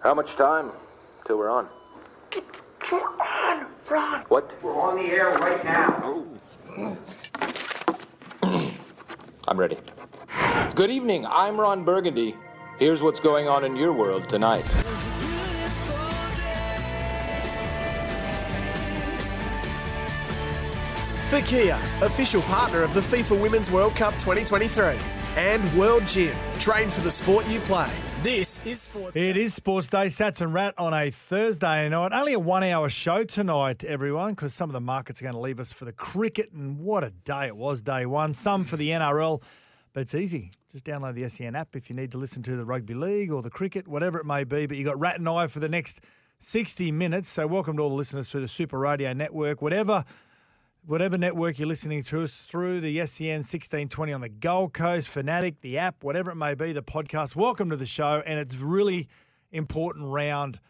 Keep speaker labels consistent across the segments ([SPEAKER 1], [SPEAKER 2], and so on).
[SPEAKER 1] How much time till we're on?
[SPEAKER 2] We're on, Ron.
[SPEAKER 1] What?
[SPEAKER 2] We're on the air right now.
[SPEAKER 1] I'm ready. Good evening. I'm Ron Burgundy. Here's what's going on in your world tonight.
[SPEAKER 3] For Kia, official partner of the FIFA Women's World Cup 2023 and World Gym, train for the sport you play. This is Sports.
[SPEAKER 4] It is Sports Day, Sats and Rat on a Thursday night. Only a one hour show tonight, everyone, because some of the markets are going to leave us for the cricket, and what a day it was, day one. Some for the NRL, but it's easy. Just download the SEN app if you need to listen to the rugby league or the cricket, whatever it may be. But you got Rat and I for the next 60 minutes. So, welcome to all the listeners through the Super Radio Network, whatever whatever network you're listening to us through, the E SEN 1620 on the Gold Coast, Fanatic, the app, whatever it may be, the podcast. Welcome to the show. And it's really important round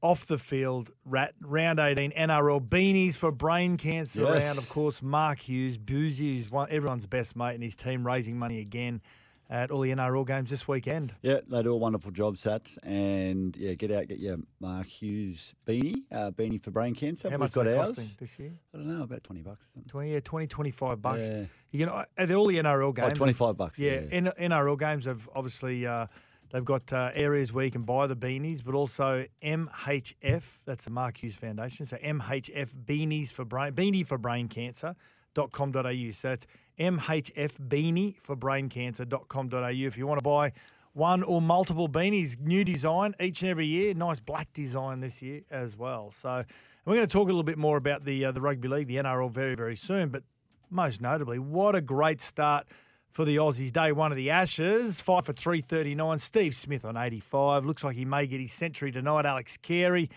[SPEAKER 4] off the field, rat, round 18 NRL beanies for brain cancer
[SPEAKER 5] Yes.
[SPEAKER 4] round. Of course, Mark Hughes, Boozy is one, everyone's best mate and his team raising money again at all the NRL games this weekend.
[SPEAKER 5] Yeah, they do a wonderful job, Sats. And yeah, get out, get your Mark Hughes beanie, uh, beanie for brain cancer.
[SPEAKER 4] How
[SPEAKER 5] We've
[SPEAKER 4] much
[SPEAKER 5] got
[SPEAKER 4] are they
[SPEAKER 5] ours.
[SPEAKER 4] costing this year?
[SPEAKER 5] I don't know, about 20 bucks or something.
[SPEAKER 4] 20, yeah, 20, 25 bucks.
[SPEAKER 5] Yeah.
[SPEAKER 4] You can, at all the NRL games.
[SPEAKER 5] Oh, 25 bucks.
[SPEAKER 4] Yeah, N- NRL games have obviously uh, they've got uh, areas where you can buy the beanies, but also MHF. That's the Mark Hughes Foundation. So MHF beanies for brain beanie for brain cancer. Dot com.au. So it's MHF beanie for brain cancer.com.au. If you want to buy one or multiple beanies, new design each and every year. Nice black design this year as well. So and we're going to talk a little bit more about the uh, the rugby league, the NRL, very very soon. But most notably, what a great start for the Aussies. Day one of the Ashes, five for 339. Steve Smith on 85. Looks like he may get his century tonight. Alex Carey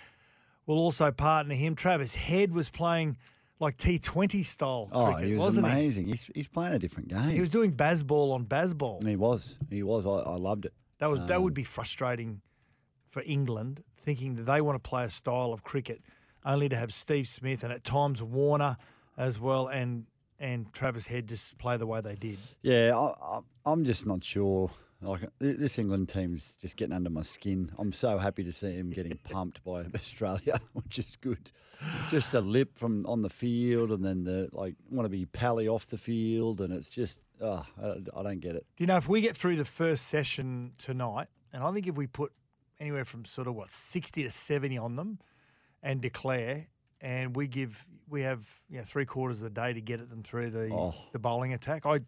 [SPEAKER 4] will also partner him. Travis Head was playing like T20 style
[SPEAKER 5] Oh,
[SPEAKER 4] cricket,
[SPEAKER 5] he was
[SPEAKER 4] wasn't
[SPEAKER 5] amazing. He's, he's playing a different game.
[SPEAKER 4] he? He was doing basball on basball.
[SPEAKER 5] And he was. He was. I, I loved it.
[SPEAKER 4] That was
[SPEAKER 5] Um,
[SPEAKER 4] that would be frustrating for England, thinking that they want to play a style of cricket, only to have Steve Smith and at times Warner as well, and and Travis Head just play the way they did.
[SPEAKER 5] Yeah, I, I, I'm just not sure. Like th- this England team's just getting under my skin. I'm so happy to see him getting pumped by Australia, which is good. Just a lip from on the field, and then the like want to be pally off the field, and it's just oh, I, I don't get it.
[SPEAKER 4] Do you know if we get through the first session tonight, and I think if we put anywhere from sort of what sixty to seventy on them, and declare, and we give we have you know three quarters of the day to get at them through the
[SPEAKER 5] Oh.
[SPEAKER 4] the bowling attack. I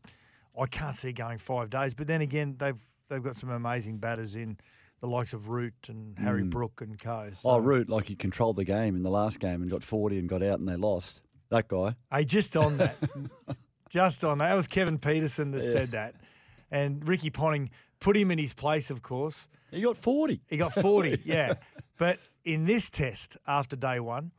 [SPEAKER 4] I can't see it going five days, but then again they've they've got some amazing batters in the likes of Root and Harry Brook and Co. So
[SPEAKER 5] Mm. Oh, Root, like he controlled the game in the last game and got 40 and got out, and they lost. That guy.
[SPEAKER 4] Hey, just on that, just on that. That was Kevin Peterson that said that, and Ricky Ponting put him in his place, of course.
[SPEAKER 5] He got 40.
[SPEAKER 4] He got 40, yeah. But in this test after day one,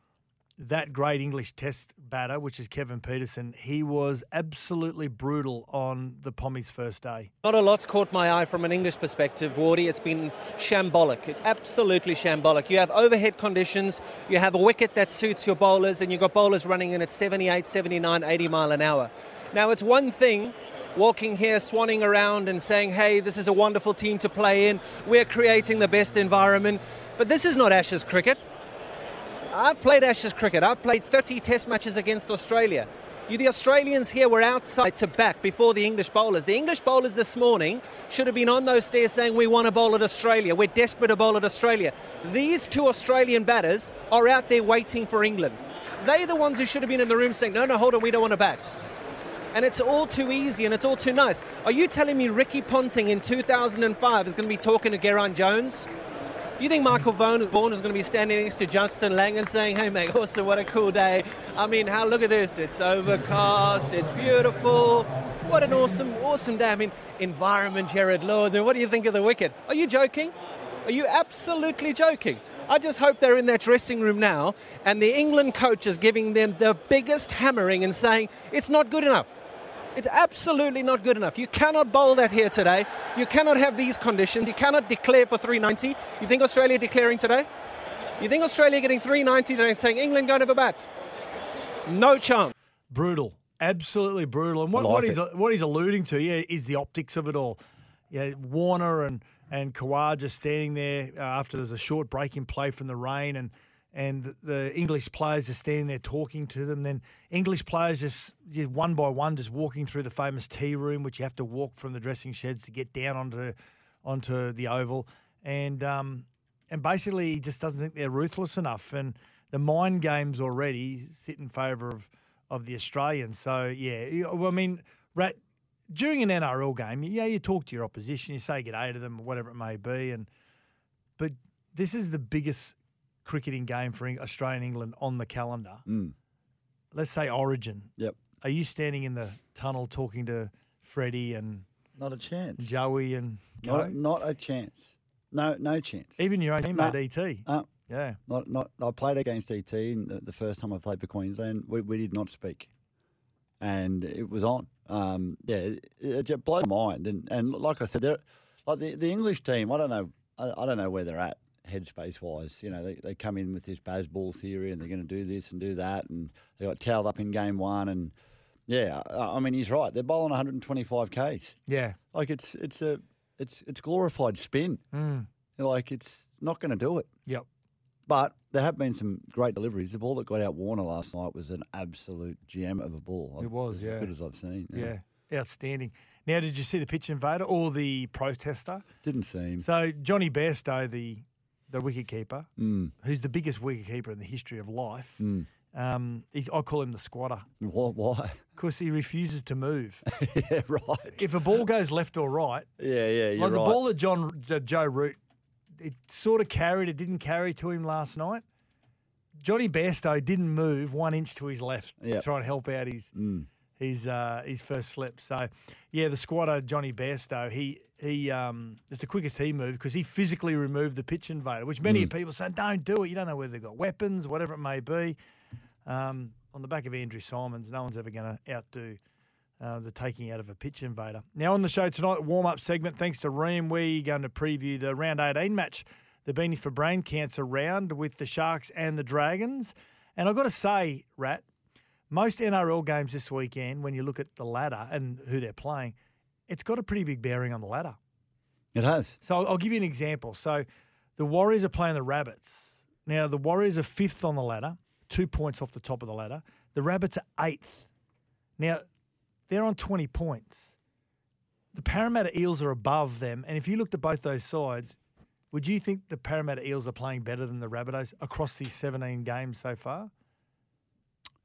[SPEAKER 4] that great English test batter, which is Kevin Peterson, he was absolutely brutal on the Pommies first day.
[SPEAKER 6] Not a lot's caught my eye from an English perspective, Wardy. It's been shambolic, It- absolutely shambolic. You have overhead conditions, you have a wicket that suits your bowlers, and you've got bowlers running in at 78, 79, 80 mile an hour. Now, it's one thing walking here, swanning around, and saying, hey, this is a wonderful team to play in, we're creating the best environment, but this is not Ashes cricket. I've played Ashes cricket. I've played 30 Test matches against Australia. You, the Australians here were outside to back before the English bowlers. The English bowlers this morning should have been on those stairs saying, We want to bowl at Australia. We're desperate to bowl at Australia. These two Australian batters are out there waiting for England. They're the ones who should have been in the room saying, No, no, hold on, we don't want to bat and it's all too easy and it's all too nice. Are you telling me Ricky Ponting in 2005 is going to be talking to Geron Jones? You think Michael Vaughan, Vaughan is going to be standing next to Justin Lang and saying, "Hey mate, awesome, what a cool day! I mean, how look at this? It's overcast, it's beautiful. What an awesome, awesome day! I mean, environment here at Lords. And what do you think of the wicket? Are you joking? Are you absolutely joking? I just hope they're in their dressing room now, and the England coach is giving them the biggest hammering and saying it's not good enough. It's absolutely not good enough. You cannot bowl that here today. You cannot have these conditions. You cannot declare for 390. You think Australia declaring today? You think Australia getting 390 today and saying England going to the bat? No chance.
[SPEAKER 4] Brutal, absolutely brutal. And what,
[SPEAKER 5] I
[SPEAKER 4] what
[SPEAKER 5] like
[SPEAKER 4] he's what he's alluding to, yeah, is the optics of it all. Yeah, Warner and and Kawhi just standing there uh, after there's a short break in play from the rain, and and the English players are standing there talking to them. Then English players just, just one by one just walking through the famous tea room, which you have to walk from the dressing sheds to get down onto onto the oval, and um, and basically he just doesn't think they're ruthless enough, and the mind games already sit in favour of of the Australians. So yeah, you- well, I mean, Rat, during an NRL game, yeah, you talk to your opposition, you say good day to them, or whatever it may be, and but this is the biggest cricketing game for Eng- Australia and England on the calendar.
[SPEAKER 5] Mm.
[SPEAKER 4] Let's say Origin.
[SPEAKER 5] Yep.
[SPEAKER 4] Are you standing in the tunnel talking to Freddie and
[SPEAKER 5] Not a chance.
[SPEAKER 4] Joey and
[SPEAKER 5] Not,
[SPEAKER 4] Go?
[SPEAKER 5] not a chance. No, no chance.
[SPEAKER 4] even your own
[SPEAKER 5] No.
[SPEAKER 4] teammate ET?
[SPEAKER 5] Uh,
[SPEAKER 4] yeah,
[SPEAKER 5] not, not. I played against ET and the, the first time I played for Queensland. We, we did not speak, and it was on. Um, yeah, it, it just blew my mind. And, and like I said, they're, like the, the English team. I don't know. I, I don't know where they're at headspace wise. You know, they, they come in with this baseball theory and they're going to do this and do that, and they got towed up in game one. And yeah, I, I mean he's right. They're bowling 125 k's.
[SPEAKER 4] yeah.
[SPEAKER 5] Like it's it's a it's it's glorified spin. Like it's not going to do it.
[SPEAKER 4] Yep.
[SPEAKER 5] But there have been some great deliveries. The ball that got out Warner last night was an absolute gem of a ball.
[SPEAKER 4] It was,
[SPEAKER 5] It's
[SPEAKER 4] yeah.
[SPEAKER 5] as good as I've seen.
[SPEAKER 4] Yeah. Outstanding. Now, did you see the pitch invader or the protester?
[SPEAKER 5] didn't seem.
[SPEAKER 4] So Johnny Bairstow, the the wicket keeper, who's the biggest wicket keeper in the history of life, um, he, I call him the squatter
[SPEAKER 5] Why? why?
[SPEAKER 4] because he refuses to move.
[SPEAKER 5] yeah, right.
[SPEAKER 4] if a ball goes left or right,
[SPEAKER 5] yeah, yeah, you're
[SPEAKER 4] like the
[SPEAKER 5] right.
[SPEAKER 4] ball that John that Joe Root, it sort of carried. It didn't carry to him last night. Johnny Bairstow didn't move one inch to his left to
[SPEAKER 5] Yep.
[SPEAKER 4] try and help out his
[SPEAKER 5] Mm.
[SPEAKER 4] his uh, his first slip. So, yeah, the squatter Johnny Bairstow, he he um, it's the quickest he moved because he physically removed the pitch invader, which many
[SPEAKER 5] Mm.
[SPEAKER 4] people say don't do it. You don't know whether they've got weapons, whatever it may be. Um, on the back of Andrew Simons, no one's ever going to outdo uh, the taking out of a pitch invader. Now on the show tonight, warm up segment. Thanks to Ream, we're going to preview the round 18 match, the Beanie for Brain Cancer round with the Sharks and the Dragons. And I've got to say, Rat, most NRL games this weekend, when you look at the ladder and who they're playing, it's got a pretty big bearing on the ladder.
[SPEAKER 5] It has.
[SPEAKER 4] So I'll- I'll give you an example. So the Warriors are playing the Rabbits. Now the Warriors are fifth on the ladder, two points off the top of the ladder. The Rabbits are eighth. Now they're on 20 points. The Parramatta Eels are above them. And if you looked at both those sides, would you think the Parramatta Eels are playing better than the Rabbitohs across these 17 games so far?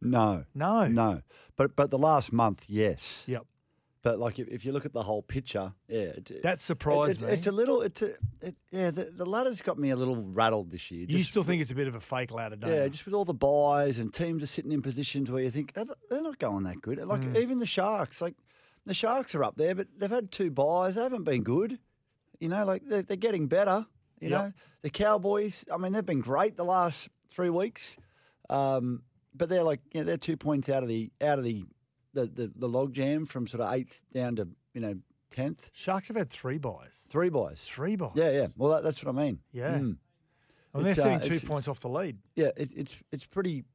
[SPEAKER 5] No.
[SPEAKER 4] No.
[SPEAKER 5] No. But but the last month, yes.
[SPEAKER 4] Yep.
[SPEAKER 5] But like if, if you look at the whole picture, yeah, it, it-
[SPEAKER 4] That surprised
[SPEAKER 5] it-
[SPEAKER 4] me.
[SPEAKER 5] It's a little. It's a. It, yeah, the, the ladder's got me a little rattled this year.
[SPEAKER 4] you
[SPEAKER 5] just
[SPEAKER 4] still think it's a bit of a fake ladder, don't
[SPEAKER 5] Yeah,
[SPEAKER 4] you?
[SPEAKER 5] just with all the buys and teams are sitting in positions where you think "They're- they're not going that good. Like
[SPEAKER 4] Mm.
[SPEAKER 5] even the Sharks, like the Sharks are up there, but they've had two buys. They haven't been good. You know, like they're, they're getting better. You
[SPEAKER 4] Yep.
[SPEAKER 5] know, the Cowboys. I mean, they've been great the last three weeks, um, but they're like you know, they're two points out of the out of the the the, the log jam from sort of eighth down to you know tenth.
[SPEAKER 4] Sharks have had three buys.
[SPEAKER 5] Three buys.
[SPEAKER 4] Three buys.
[SPEAKER 5] Yeah, yeah. Well, that, that's what I mean.
[SPEAKER 4] Yeah.
[SPEAKER 5] Mm.
[SPEAKER 4] And they're
[SPEAKER 5] It's, uh,
[SPEAKER 4] sitting two
[SPEAKER 5] it's-
[SPEAKER 4] points off the lead.
[SPEAKER 5] Yeah, it, it's it's pretty.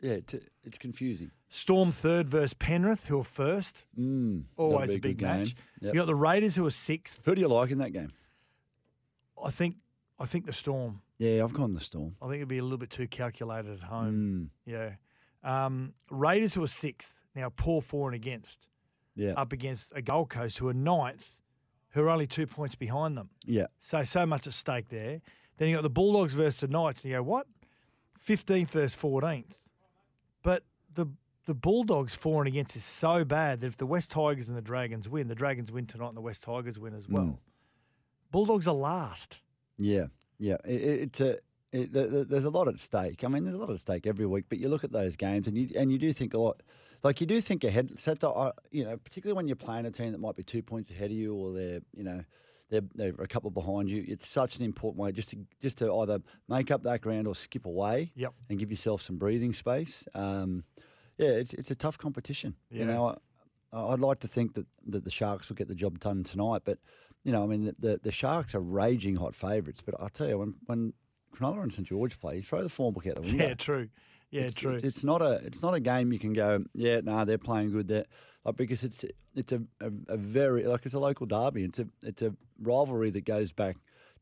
[SPEAKER 5] Yeah, it's, it's confusing.
[SPEAKER 4] Storm third versus Penrith, who are first.
[SPEAKER 5] Mm,
[SPEAKER 4] Always
[SPEAKER 5] that'll
[SPEAKER 4] a
[SPEAKER 5] be
[SPEAKER 4] big
[SPEAKER 5] good
[SPEAKER 4] match.
[SPEAKER 5] game. Yep.
[SPEAKER 4] You got the Raiders who are sixth.
[SPEAKER 5] Who do you like in that game?
[SPEAKER 4] I think I think the Storm.
[SPEAKER 5] Yeah, I've gone the Storm.
[SPEAKER 4] I think it'd be a little bit too calculated at home.
[SPEAKER 5] Mm,
[SPEAKER 4] Yeah. Um, Raiders who are sixth. Now poor for and against.
[SPEAKER 5] yeah,
[SPEAKER 4] Up against a Gold Coast who are ninth, who are only two points behind them.
[SPEAKER 5] yeah.
[SPEAKER 4] So so much at stake there. Then you got the Bulldogs versus the Knights, and you go what? Fifteenth versus fourteenth. But the the Bulldogs for and against is so bad that if the West Tigers and the Dragons win, the Dragons win tonight and the West Tigers win as well. Bulldogs are last.
[SPEAKER 5] Yeah, yeah. It, it, it's a it, th- th- there's a lot at stake. I mean, there's a lot at stake every week. But you look at those games, and you and you do think a lot. Like you do think ahead. So to, uh, you know, particularly when you're playing a team that might be two points ahead of you, or they're you know they're, they're a couple behind you. It's such an important way just to just to either make up that ground or skip away.
[SPEAKER 4] Yep.
[SPEAKER 5] And give yourself some breathing space. Um, yeah, it's it's a tough competition.
[SPEAKER 4] Yeah.
[SPEAKER 5] You know, I- I'd like to think that, that the Sharks will get the job done tonight, but you know, I mean, the, the, the Sharks are raging hot favourites. But I tell you, when when Cronulla and St George play, you throw the form book out the window.
[SPEAKER 4] Yeah, true. Yeah,
[SPEAKER 5] it's,
[SPEAKER 4] true.
[SPEAKER 5] It's, it's not a it's not a game you can go. Yeah, no, nah, they're playing good there, like, because it's it's a, a, a very like it's a local derby. It's a it's a rivalry that goes back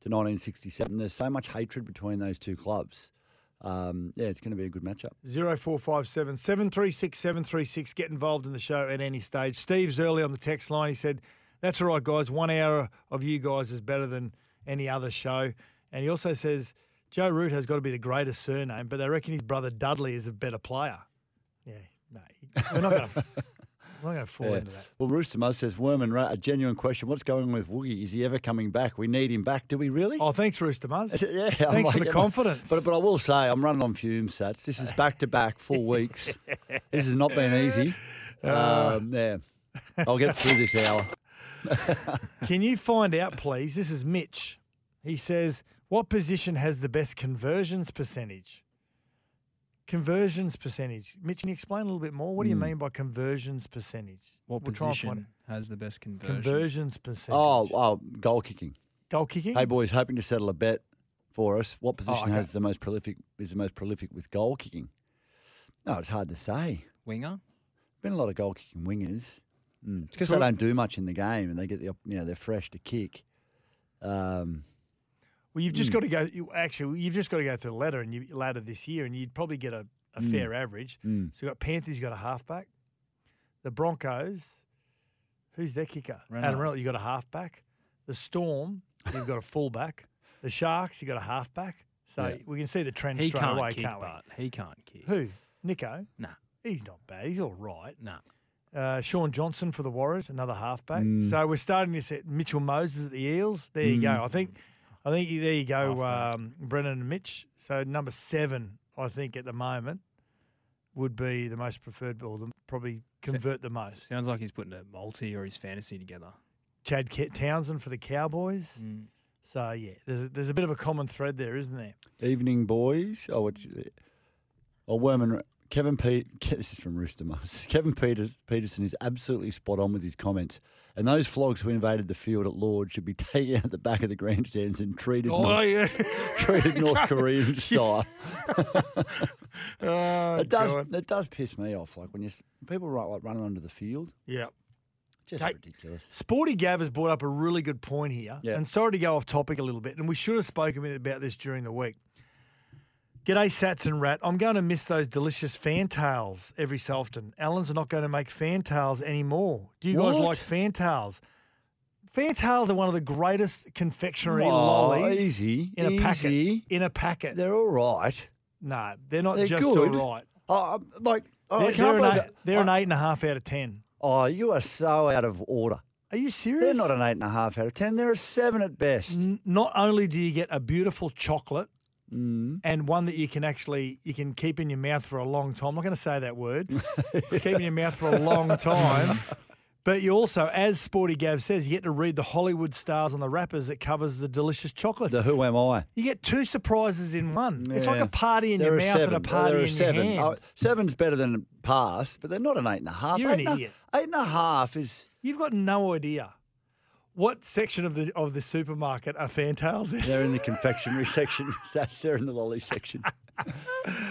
[SPEAKER 5] to 1967. There's so much hatred between those two clubs. Um, yeah, it's going to be a good matchup.
[SPEAKER 4] 0457 736 736. Get involved in the show at any stage. Steve's early on the text line. He said, That's all right, guys. One hour of you guys is better than any other show. And he also says, Joe Root has got to be the greatest surname, but they reckon his brother Dudley is a better player. Yeah, no, we're not going to. We're not going to fall
[SPEAKER 5] Yeah.
[SPEAKER 4] into that.
[SPEAKER 5] Well, Rooster Muzz says, Worm and Rat, a genuine question. What's going on with Woogie? Is he ever coming back? We need him back. Do we really?
[SPEAKER 4] Oh, thanks, Rooster Muzz.
[SPEAKER 5] yeah. I'm
[SPEAKER 4] Thanks for
[SPEAKER 5] like-
[SPEAKER 4] the confidence.
[SPEAKER 5] But, but I will say, I'm running on fumes, Sats. This is back to back, four weeks. This has not been easy.
[SPEAKER 4] Uh,
[SPEAKER 5] Um, yeah. I'll get through this hour.
[SPEAKER 4] Can you find out, please? This is Mitch. He says, What position has the best conversions percentage? Conversions percentage. Mitch, can you explain a little bit more? What do you mean by conversions percentage?
[SPEAKER 7] What
[SPEAKER 4] We'll try and find
[SPEAKER 7] position has the best
[SPEAKER 4] it.
[SPEAKER 7] conversion?
[SPEAKER 4] Conversions percentage.
[SPEAKER 5] Oh, oh, goal kicking.
[SPEAKER 4] Goal kicking?
[SPEAKER 5] Hey, boys, hoping to settle a bet for us.
[SPEAKER 4] Oh,
[SPEAKER 5] What position
[SPEAKER 7] okay.
[SPEAKER 5] has the most prolific? Is the most prolific with goal kicking? No, it's hard to say.
[SPEAKER 7] Winger?
[SPEAKER 5] Been a lot of goal kicking wingers because they don't do much in the game and they get the op- you know they're fresh to kick. Um,
[SPEAKER 4] well, you've
[SPEAKER 7] Hmm.
[SPEAKER 4] just got to go. You, actually, you've just got to go through the ladder and you, ladder this year, and you'd probably get a, a
[SPEAKER 7] Hmm.
[SPEAKER 4] fair average. So you've got Panthers, you've got a halfback. The Broncos, who's their kicker? Adam
[SPEAKER 7] Reynolds.
[SPEAKER 4] Reynolds, you've got a halfback. The Storm, you've got a fullback. The Sharks, you've got a halfback. So
[SPEAKER 5] Yeah.
[SPEAKER 4] we can see the trend
[SPEAKER 7] He
[SPEAKER 4] straight
[SPEAKER 7] can't
[SPEAKER 4] away,
[SPEAKER 7] kick,
[SPEAKER 4] can't we?
[SPEAKER 7] but he can't kick.
[SPEAKER 4] Who? Nico?
[SPEAKER 7] Nah,
[SPEAKER 4] He's not bad. He's all right.
[SPEAKER 7] nah.
[SPEAKER 4] Uh, Sean Johnson for the Warriors, another halfback. So we're starting to set Mitchell Moses at the Eels. There you go. I think, I think you- there you go,
[SPEAKER 7] Halfback.
[SPEAKER 4] um, Brennan and Mitch. So number seven, I think at the moment, would be the most preferred, or the, probably convert the most.
[SPEAKER 7] Sounds like he's putting a multi or his fantasy together.
[SPEAKER 4] Chad Ke- Townsend for the Cowboys. So yeah, there's a, there's a bit of a common thread there, isn't there?
[SPEAKER 5] evening, boys. Oh, it's oh Worman. Kevin Pete. This is from Rooster Mars. Kevin Peter, Peterson is absolutely spot on with his comments. And those flogs who invaded the field at Lord should be taken out the back of the grandstands and treated, North,
[SPEAKER 4] Oh, yeah.
[SPEAKER 5] treated North Korean style.
[SPEAKER 4] Oh,
[SPEAKER 5] It does. It does piss me off. Like when you s- people right like running onto the field.
[SPEAKER 4] Yeah.
[SPEAKER 5] Just
[SPEAKER 4] Hey,
[SPEAKER 5] ridiculous.
[SPEAKER 4] Sporty Gav has brought up a really good point here.
[SPEAKER 5] Yeah.
[SPEAKER 4] And sorry to go off topic a little bit, and we should have spoken a bit about this during the week. G'day, Sats and Rat. I'm going to miss those delicious fantails every so often. Alan's not going to make fantails anymore. Do you guys
[SPEAKER 5] What?
[SPEAKER 4] like fantails? Fantails are one of the greatest confectionery
[SPEAKER 5] Oh,
[SPEAKER 4] lollies
[SPEAKER 5] easy,
[SPEAKER 4] in a
[SPEAKER 5] easy.
[SPEAKER 4] packet. In a packet.
[SPEAKER 5] They're all right.
[SPEAKER 4] No, they're not
[SPEAKER 5] They're
[SPEAKER 4] just
[SPEAKER 5] good.
[SPEAKER 4] all right.
[SPEAKER 5] Oh, I'm- like oh, I
[SPEAKER 4] They're,
[SPEAKER 5] can't
[SPEAKER 4] they're an,
[SPEAKER 5] believe
[SPEAKER 4] eight,
[SPEAKER 5] that.
[SPEAKER 4] they're
[SPEAKER 5] I-
[SPEAKER 4] an eight and a half out of ten.
[SPEAKER 5] Oh, you are so out of order.
[SPEAKER 4] Are you serious?
[SPEAKER 5] They're not an eight and a half out of ten. They're a seven at best.
[SPEAKER 4] N- Not only do you get a beautiful chocolate
[SPEAKER 5] Mm.
[SPEAKER 4] and one that you can actually you can keep in your mouth for a long time. I'm not going to say that word. it's keeping in your mouth for a long time. But you also, as Sporty Gav says, you get to read the Hollywood stars on the wrappers that covers the delicious chocolate.
[SPEAKER 5] The who am I?
[SPEAKER 4] you get two surprises in one. It's like
[SPEAKER 5] Yeah.
[SPEAKER 4] a party in
[SPEAKER 5] They're
[SPEAKER 4] your
[SPEAKER 5] a
[SPEAKER 4] mouth
[SPEAKER 5] seven.
[SPEAKER 4] and a party
[SPEAKER 5] They're
[SPEAKER 4] in
[SPEAKER 5] a seven.
[SPEAKER 4] your hand.
[SPEAKER 5] Oh, seven's better than pass, but they're not an eight and a half.
[SPEAKER 4] You're
[SPEAKER 5] eight
[SPEAKER 4] an
[SPEAKER 5] and a-
[SPEAKER 4] idiot.
[SPEAKER 5] eight and a half is
[SPEAKER 4] You've got no idea what section of the of the supermarket are fantails in.
[SPEAKER 5] they're in the confectionery section. That's they're in the lolly section.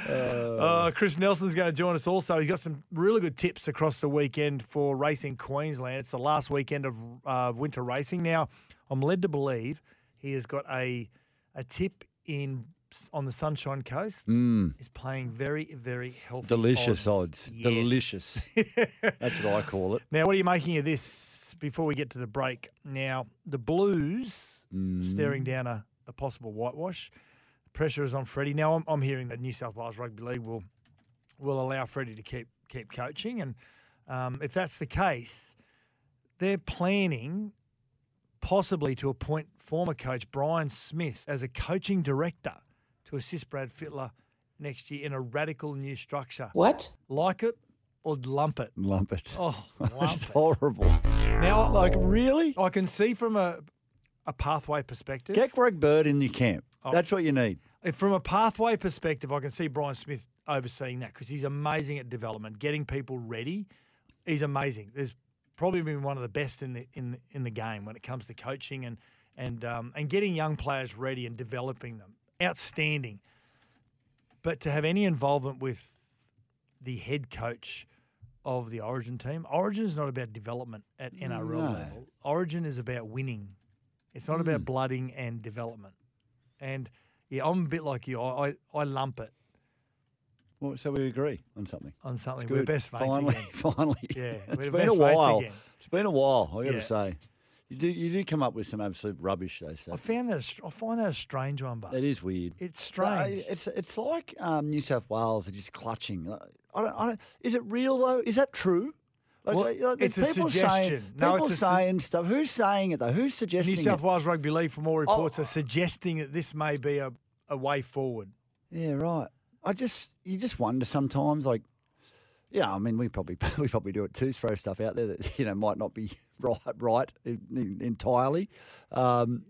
[SPEAKER 4] Uh, Chris Nelson's going to join us also. He's got some really good tips across the weekend for racing Queensland. It's the last weekend of uh, winter racing. Now, I'm led to believe he has got a a tip in on the Sunshine Coast. He's playing very, very healthy.
[SPEAKER 5] Mm. Delicious odds.
[SPEAKER 4] Yes.
[SPEAKER 5] Delicious. That's what I call it.
[SPEAKER 4] Now, what are you making of this before we get to the break? Now, the Blues staring down a, a possible whitewash. Pressure is on Freddie. Now, I'm, I'm hearing that New South Wales Rugby League will will allow Freddie to keep keep coaching, and um, if that's the case, they're planning possibly to appoint former coach Brian Smith as a coaching director to assist Brad Fittler next year in a radical new structure.
[SPEAKER 8] What?
[SPEAKER 4] Like it or lump it.
[SPEAKER 5] Lump it.
[SPEAKER 4] Oh, lump
[SPEAKER 5] It's
[SPEAKER 4] it.
[SPEAKER 5] horrible.
[SPEAKER 4] Now,
[SPEAKER 5] Like really?
[SPEAKER 4] I can see from a a pathway perspective.
[SPEAKER 5] Get Greg Bird in your camp. That's what you need.
[SPEAKER 4] If From a pathway perspective, I can see Brian Smith overseeing that because he's amazing at development, getting people ready. He's amazing. There's probably been one of the best in the in the- in the game when it comes to coaching and and um, and getting young players ready and developing them. Outstanding. But to have any involvement with the head coach of the Origin team, Origin is not about development at NRL
[SPEAKER 5] No.
[SPEAKER 4] level. Origin is about winning. It's not about blooding and development. And yeah, I'm a bit like you. I I, I lump it
[SPEAKER 5] Well, so we agree on something.
[SPEAKER 4] on something.
[SPEAKER 5] It's
[SPEAKER 4] We're
[SPEAKER 5] good.
[SPEAKER 4] best mates
[SPEAKER 5] finally,
[SPEAKER 4] again.
[SPEAKER 5] Finally,
[SPEAKER 4] Yeah,
[SPEAKER 5] it's
[SPEAKER 4] we're
[SPEAKER 5] been
[SPEAKER 4] best
[SPEAKER 5] a
[SPEAKER 4] mates
[SPEAKER 5] while.
[SPEAKER 4] again.
[SPEAKER 5] It's been a while. I got to
[SPEAKER 4] Yeah.
[SPEAKER 5] say, you do you do come up with some absolute rubbish though.
[SPEAKER 4] I
[SPEAKER 5] Sats.
[SPEAKER 4] found that a str- I find that a strange one, but
[SPEAKER 5] that is weird.
[SPEAKER 4] it's
[SPEAKER 5] But, uh,
[SPEAKER 4] strange.
[SPEAKER 5] It's it's like um, New South Wales are just clutching. Uh, I don't, I don't. Is it real though? Is that true? Like,
[SPEAKER 4] Well,
[SPEAKER 5] uh, you know, the
[SPEAKER 4] it's a
[SPEAKER 5] people Saying,
[SPEAKER 4] suggestion. No,
[SPEAKER 5] people
[SPEAKER 4] it's a su-
[SPEAKER 5] saying stuff. Who's saying it though? Who's suggesting
[SPEAKER 4] New South
[SPEAKER 5] it?
[SPEAKER 4] Wales Rugby League, from all
[SPEAKER 5] Oh.
[SPEAKER 4] reports, are suggesting that this may be a, a way forward.
[SPEAKER 5] Yeah, right. I just you just wonder sometimes. Like, yeah, I mean, we probably we probably do it too. Throw stuff out there that you know might not be right right in, in, entirely. Um,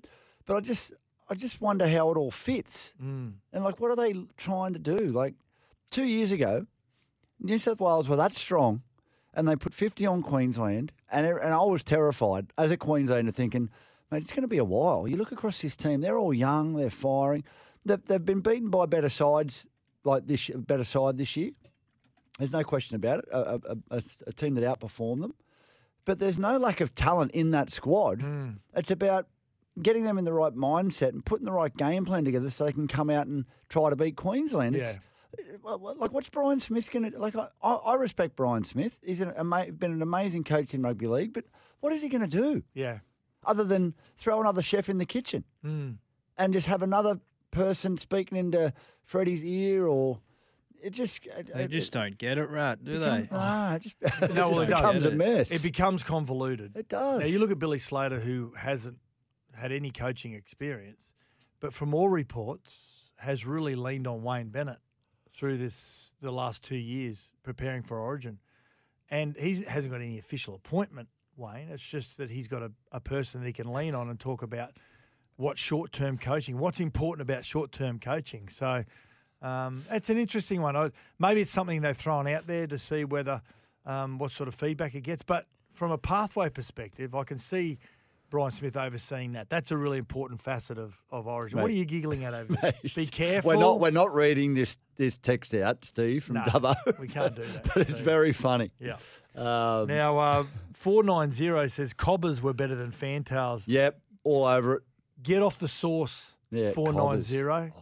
[SPEAKER 5] but I just I just wonder how it all fits. Mm. And like, what are they trying to do? Like, two years ago, New South Wales were that strong, and they put fifty on Queensland, and it- and I was terrified as a Queenslander, thinking, mate, it's going to be a while. You look across this team; they're all young, they're firing. They've, they've been beaten by better sides like this, better side this year. There's no question about it. A, a- a- a s- a team that outperformed them, but there's no lack of talent in that squad. It's about getting them in the right mindset and putting the right game plan together so they can come out and try to beat Queensland. It's-
[SPEAKER 4] Yeah.
[SPEAKER 5] well, well, like what's Brian Smith going to like? I, I I respect Brian Smith. He's an, ama- been an amazing coach in rugby league, but what is he going to do
[SPEAKER 4] Yeah.
[SPEAKER 5] other than throw another chef in the kitchen
[SPEAKER 4] Hmm.
[SPEAKER 5] and just have another person speaking into Freddie's ear or it just it,
[SPEAKER 7] They
[SPEAKER 5] it-
[SPEAKER 7] just don't get it right, do
[SPEAKER 5] become-
[SPEAKER 7] they?
[SPEAKER 5] nah, it just, it
[SPEAKER 4] No, well, it
[SPEAKER 5] just
[SPEAKER 4] does.
[SPEAKER 5] becomes a
[SPEAKER 7] It
[SPEAKER 5] mess.
[SPEAKER 4] It becomes convoluted.
[SPEAKER 5] It does.
[SPEAKER 4] Now, you look at Billy Slater, who hasn't had any coaching experience, but from all reports, has really leaned on Wayne Bennett through this the last two years preparing for Origin, and he hasn't got any official appointment. Wayne, it's just that he's got a, a person that he can lean on and talk about what short term coaching, what's important about short term coaching. So um, it's an interesting one. I, maybe it's something they've thrown out there to see whether um, what sort of feedback it gets. But from a pathway perspective, I can see Brian Smith overseeing that. That's a really important facet of, of Origin. What are
[SPEAKER 5] Mate.
[SPEAKER 4] you giggling at over there? Be careful.
[SPEAKER 5] We're not we're not reading this this text out, Steve from
[SPEAKER 4] No,
[SPEAKER 5] Dubbo.
[SPEAKER 4] we can't do that,
[SPEAKER 5] but it's
[SPEAKER 4] Steve.
[SPEAKER 5] very funny.
[SPEAKER 4] Yeah.
[SPEAKER 5] Um,
[SPEAKER 4] Now, uh, 490 says Cobbers were better than Fantails.
[SPEAKER 5] yep, all over it.
[SPEAKER 4] Get off the source,
[SPEAKER 5] Yeah, Oh,
[SPEAKER 4] 490.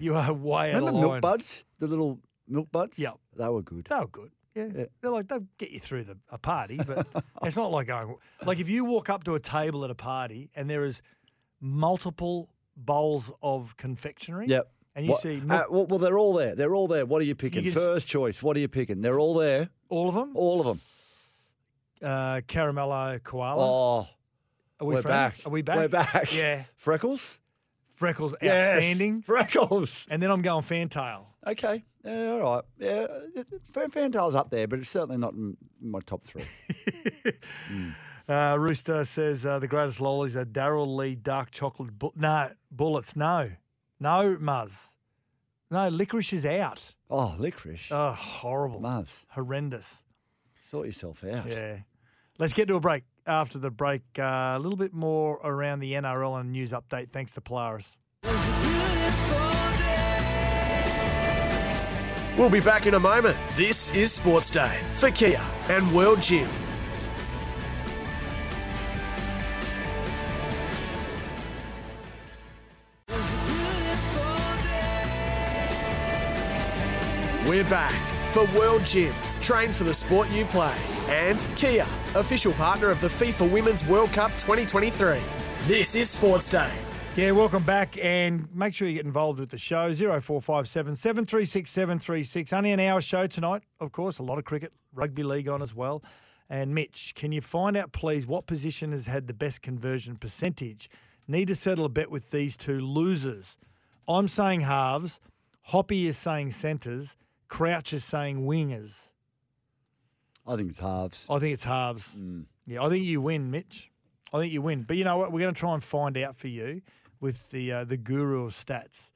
[SPEAKER 4] You are way out of
[SPEAKER 5] Remember
[SPEAKER 4] line.
[SPEAKER 5] milk buds? The little milk buds?
[SPEAKER 4] Yep.
[SPEAKER 5] They were good.
[SPEAKER 4] They were good. Yeah. They're like, they'll get you through the, a party, but it's not like going, like if you walk up to a table at a party and there is multiple bowls of confectionery.
[SPEAKER 5] Yep.
[SPEAKER 4] And you
[SPEAKER 5] What-
[SPEAKER 4] see
[SPEAKER 5] uh,
[SPEAKER 4] milk,
[SPEAKER 5] well, well, they're all there. They're all there. What are you picking?
[SPEAKER 4] can s-
[SPEAKER 5] First choice. What are you picking? They're all there.
[SPEAKER 4] all of them,
[SPEAKER 5] All of them.
[SPEAKER 4] uh, caramello koala.
[SPEAKER 5] Oh,
[SPEAKER 4] are we
[SPEAKER 5] we are
[SPEAKER 4] friends?
[SPEAKER 5] back.
[SPEAKER 4] Are we back?
[SPEAKER 5] We're back.
[SPEAKER 4] Yeah.
[SPEAKER 5] Freckles?
[SPEAKER 4] Freckles
[SPEAKER 5] Yes.
[SPEAKER 4] outstanding.
[SPEAKER 5] Freckles.
[SPEAKER 4] And then I'm going fantail.
[SPEAKER 5] Okay. Yeah, all right. Yeah. Fan- Fantail's up there, but it's certainly not in my top three.
[SPEAKER 4] Uh, Rooster says uh, the greatest lollies are Daryl Lee dark chocolate. Bu- no, bullets. No. No, Muzz. No, licorice is out.
[SPEAKER 5] Oh, licorice.
[SPEAKER 4] Oh, horrible.
[SPEAKER 5] Muzz.
[SPEAKER 4] Horrendous.
[SPEAKER 5] Sort yourself out.
[SPEAKER 4] Yeah. Let's get to a break. After the break, uh, a little bit more around the NRL and news update, thanks to Polaris.
[SPEAKER 3] We'll be back in a moment. This is Sports Day for Kia and World Gym. We're back for World Gym. Train for the sport you play. And Kia, official partner of the FIFA Women's World Cup 2023. This is Sports Day.
[SPEAKER 4] Yeah, welcome back and make sure you get involved with the show 0457 736 736. Only an hour show tonight, of course, a lot of cricket, rugby league on as well. And Mitch, can you find out, please, what position has had the best conversion percentage? Need to settle a bet with these two losers. I'm saying halves, Hoppy is saying centres, Crouch is saying wingers.
[SPEAKER 5] I think it's halves.
[SPEAKER 4] I think it's halves. Yeah, I think you win, Mitch. I think you win. But you know what? We're going to try and find out for you with the uh, the guru of stats.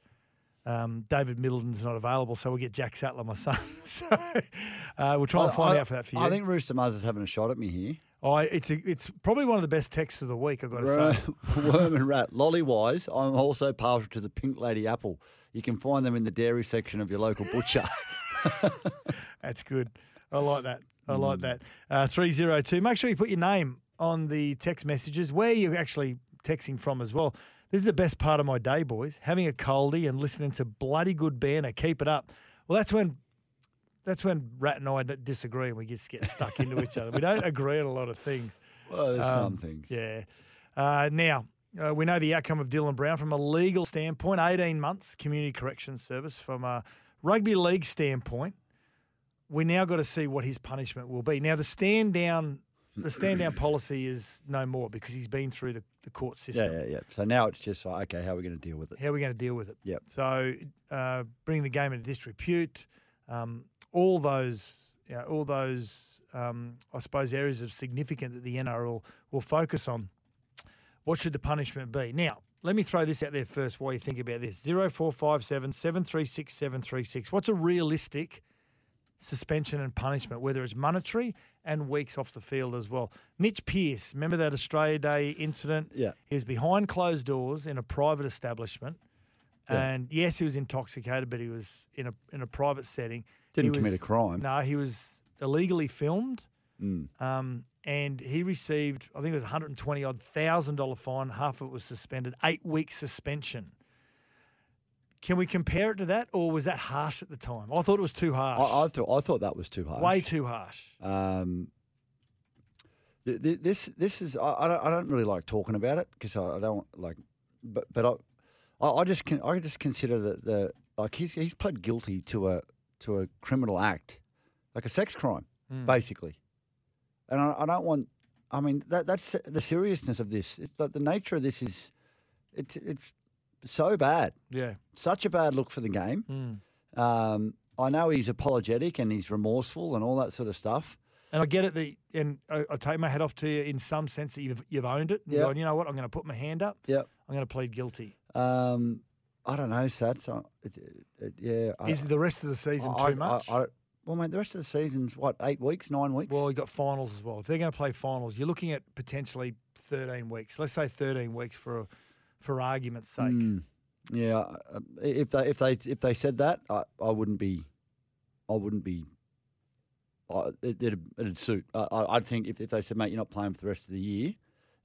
[SPEAKER 4] Um, David Middleton's not available, so we'll get Jack Sattler, my son. so uh, we'll try and find out for that for you.
[SPEAKER 5] I think Rooster Mars is having a shot at me here.
[SPEAKER 4] oh, it's a, it's probably one of the best texts of the week. I've got to
[SPEAKER 5] Ro-
[SPEAKER 4] say.
[SPEAKER 5] Worm and rat. Lolly wise, I'm also partial to the pink lady apple. You can find them in the dairy section of your local butcher.
[SPEAKER 4] That's good. I like that. I like that. Uh, 302. Make sure you put your name on the text messages, where you're actually texting from as well. This is the best part of my day, boys. Having a coldie and listening to bloody good banner. Keep it up. Well, that's when that's when Rat and I d- disagree and we just get stuck into each other. We don't agree on a lot of things.
[SPEAKER 5] well, there's some
[SPEAKER 4] Um,
[SPEAKER 5] things.
[SPEAKER 4] Yeah. Uh, now, uh, we know the outcome of Dylan Brown from a legal standpoint 18 months community correction service. From a rugby league standpoint, we now got to see what his punishment will be. Now, the stand down. The stand down policy is no more because he's been through the, the court
[SPEAKER 5] Yeah,
[SPEAKER 4] system.
[SPEAKER 5] yeah, yeah. So now it's just like, okay, how are we going to deal with it?
[SPEAKER 4] How are we going to deal with it?
[SPEAKER 5] Yep.
[SPEAKER 4] So uh, bring the game into disrepute. Um, all those, you know, all those, um, I suppose, areas of significance that the NRL will focus on. What should the punishment be? Now, let me throw this out there first while you think about this. 0457 736 736. What's a realistic suspension and punishment, whether it's monetary and weeks off the field as well? Mitch Pearce, remember that Australia Day incident?
[SPEAKER 5] Yeah.
[SPEAKER 4] He was behind closed doors in a private establishment. And yes, he was intoxicated, but he was in a in a private setting. He
[SPEAKER 5] Didn't commit
[SPEAKER 4] was-
[SPEAKER 5] a crime.
[SPEAKER 4] No, he was illegally filmed,
[SPEAKER 5] Mm.
[SPEAKER 4] um, and he received I think it was 120 odd thousand dollar fine. Half of it was suspended, eight week suspension. Can we compare it to that, or was that harsh at the time? I thought it was too harsh,
[SPEAKER 5] I, I thought I thought that was too harsh.
[SPEAKER 4] way too harsh.
[SPEAKER 5] Um, th- th- this this is I, I, don't, I don't really like talking about it because I, I don't like, but but I I, I just can I just consider that the like he's he's pled guilty to a to a criminal act, like a sex crime, basically, and I, I don't want. I mean that that's the seriousness of this. It's like the nature of this is, it's it's so bad,
[SPEAKER 4] Yeah,
[SPEAKER 5] such a bad look for the game.
[SPEAKER 4] Mm.
[SPEAKER 5] Um, I know he's apologetic and he's remorseful and all that sort of stuff.
[SPEAKER 4] and I get it. That and I, I take my hat off to you in some sense that you've you've owned it. And
[SPEAKER 5] Yeah.
[SPEAKER 4] gone, you know what? I'm going to put my hand up.
[SPEAKER 5] Yep.
[SPEAKER 4] I'm going to plead guilty.
[SPEAKER 5] Um, I don't know, Sats. I- It, it, yeah. I-
[SPEAKER 4] Is the rest of the season
[SPEAKER 5] I-
[SPEAKER 4] too much?
[SPEAKER 5] I, I, well, mate, the rest of the season's what eight weeks, nine weeks.
[SPEAKER 4] Well, you've got finals as well. If they're going to play finals, you're looking at potentially 13 weeks. Let's say 13 weeks for for argument's sake.
[SPEAKER 5] Mm. yeah. uh, If they if they if they said that, I, I wouldn't be, I wouldn't be. I, it, it'd, it'd suit. I, I, I'd think if, if they said, mate, you're not playing for the rest of the year,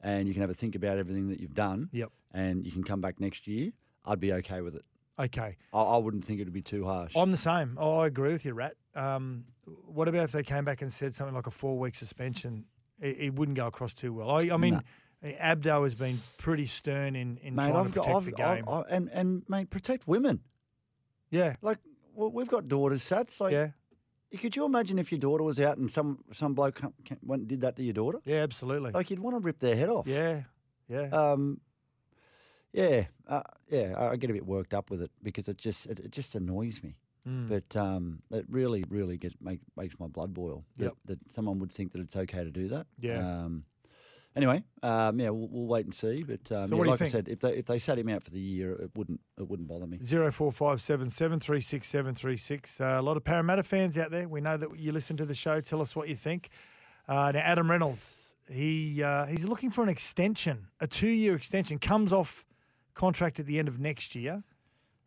[SPEAKER 5] and you can have a think about everything that you've done,
[SPEAKER 4] Yep.
[SPEAKER 5] and you can come back next year, I'd be okay with it.
[SPEAKER 4] Okay.
[SPEAKER 5] I, I wouldn't think it'd be too harsh.
[SPEAKER 4] I'm the same. Oh, I agree with you, Rat. Um, what about if they came back and said something like a four week suspension? It, it wouldn't go across too well. I, I mean, Abdo has been pretty stern in, in
[SPEAKER 5] mate,
[SPEAKER 4] trying
[SPEAKER 5] I've
[SPEAKER 4] to
[SPEAKER 5] got,
[SPEAKER 4] protect the
[SPEAKER 5] I've,
[SPEAKER 4] game.
[SPEAKER 5] I've, I, and and mate, protect women.
[SPEAKER 4] yeah.
[SPEAKER 5] Like, well, we've got daughters, Sats. Like,
[SPEAKER 4] Yeah.
[SPEAKER 5] could you imagine if your daughter was out and some some bloke come, came, went and did that to your daughter?
[SPEAKER 4] Yeah, absolutely.
[SPEAKER 5] Like, you'd want to rip their head off.
[SPEAKER 4] Yeah. Yeah.
[SPEAKER 5] Um. Yeah. Uh, yeah. I, I get a bit worked up with it because it just it, it just annoys me.
[SPEAKER 4] Mm.
[SPEAKER 5] But um, it really, really gets make, makes my blood boil that,
[SPEAKER 4] Yep.
[SPEAKER 5] that someone would think that it's okay to do that.
[SPEAKER 4] Yeah.
[SPEAKER 5] Um, anyway, um, yeah, we'll, we'll wait and see. But um,
[SPEAKER 4] So what do
[SPEAKER 5] yeah,
[SPEAKER 4] you
[SPEAKER 5] like I
[SPEAKER 4] think?
[SPEAKER 5] said, if they if they sat him out for the year, it wouldn't it wouldn't bother me.
[SPEAKER 4] Zero four five seven seven three six seven three six. Uh, a lot of Parramatta fans out there. We know that you listen to the show. Tell us what you think. Uh, now, Adam Reynolds, he uh, he's looking for an extension, a two year extension. Comes off contract at the end of next year.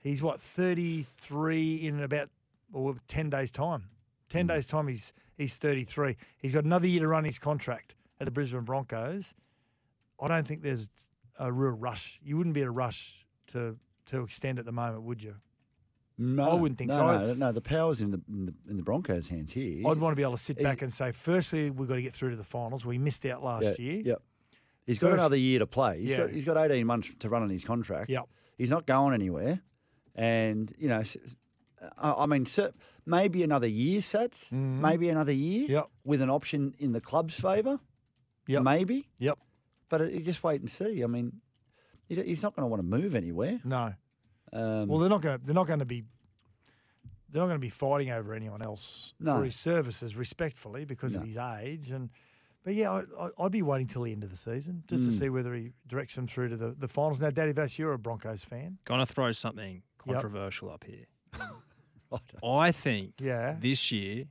[SPEAKER 4] He's what thirty three in about or ten days time. Ten days time, he's he's thirty three. He's got another year to run his contract at the Brisbane Broncos. I don't think there's a real rush. You wouldn't be a rush to to extend at the moment, would you?
[SPEAKER 5] No,
[SPEAKER 4] wouldn't think
[SPEAKER 5] no,
[SPEAKER 4] so.
[SPEAKER 5] No, no, the power's in the in the, in the Broncos' hands here. He's-
[SPEAKER 4] I'd want to be able to sit
[SPEAKER 5] is-
[SPEAKER 4] back and say, firstly, we've got to get through to the finals. We missed out last
[SPEAKER 5] yeah,
[SPEAKER 4] year.
[SPEAKER 5] Yep. He's got
[SPEAKER 4] First-
[SPEAKER 5] another year to play. He's
[SPEAKER 4] Yeah.
[SPEAKER 5] got he's got eighteen months to run on his contract.
[SPEAKER 4] Yep.
[SPEAKER 5] He's not going anywhere, and you know, s- I, I mean, cer- maybe another year, Sats. Maybe another year.
[SPEAKER 4] Mm-hmm. Yep.
[SPEAKER 5] With an option in the club's favour.
[SPEAKER 4] Yep.
[SPEAKER 5] Maybe,
[SPEAKER 4] Yep.
[SPEAKER 5] but it, you just wait and see. I mean, he d- he's not going to want to move anywhere.
[SPEAKER 4] No.
[SPEAKER 5] Um,
[SPEAKER 4] Well, they're not going to. They're not going to be. They're not going to be fighting over anyone else
[SPEAKER 5] No.
[SPEAKER 4] for his services, respectfully, because of
[SPEAKER 5] No.
[SPEAKER 4] his age. And but yeah, I, I, I'd be waiting till the end of the season
[SPEAKER 5] Mm.
[SPEAKER 4] just to see whether he directs them through to the, the finals. Now, Daddy Vass, you're a Broncos fan.
[SPEAKER 7] Gonna throw something Controversial up here. I think
[SPEAKER 4] Yeah.
[SPEAKER 7] this year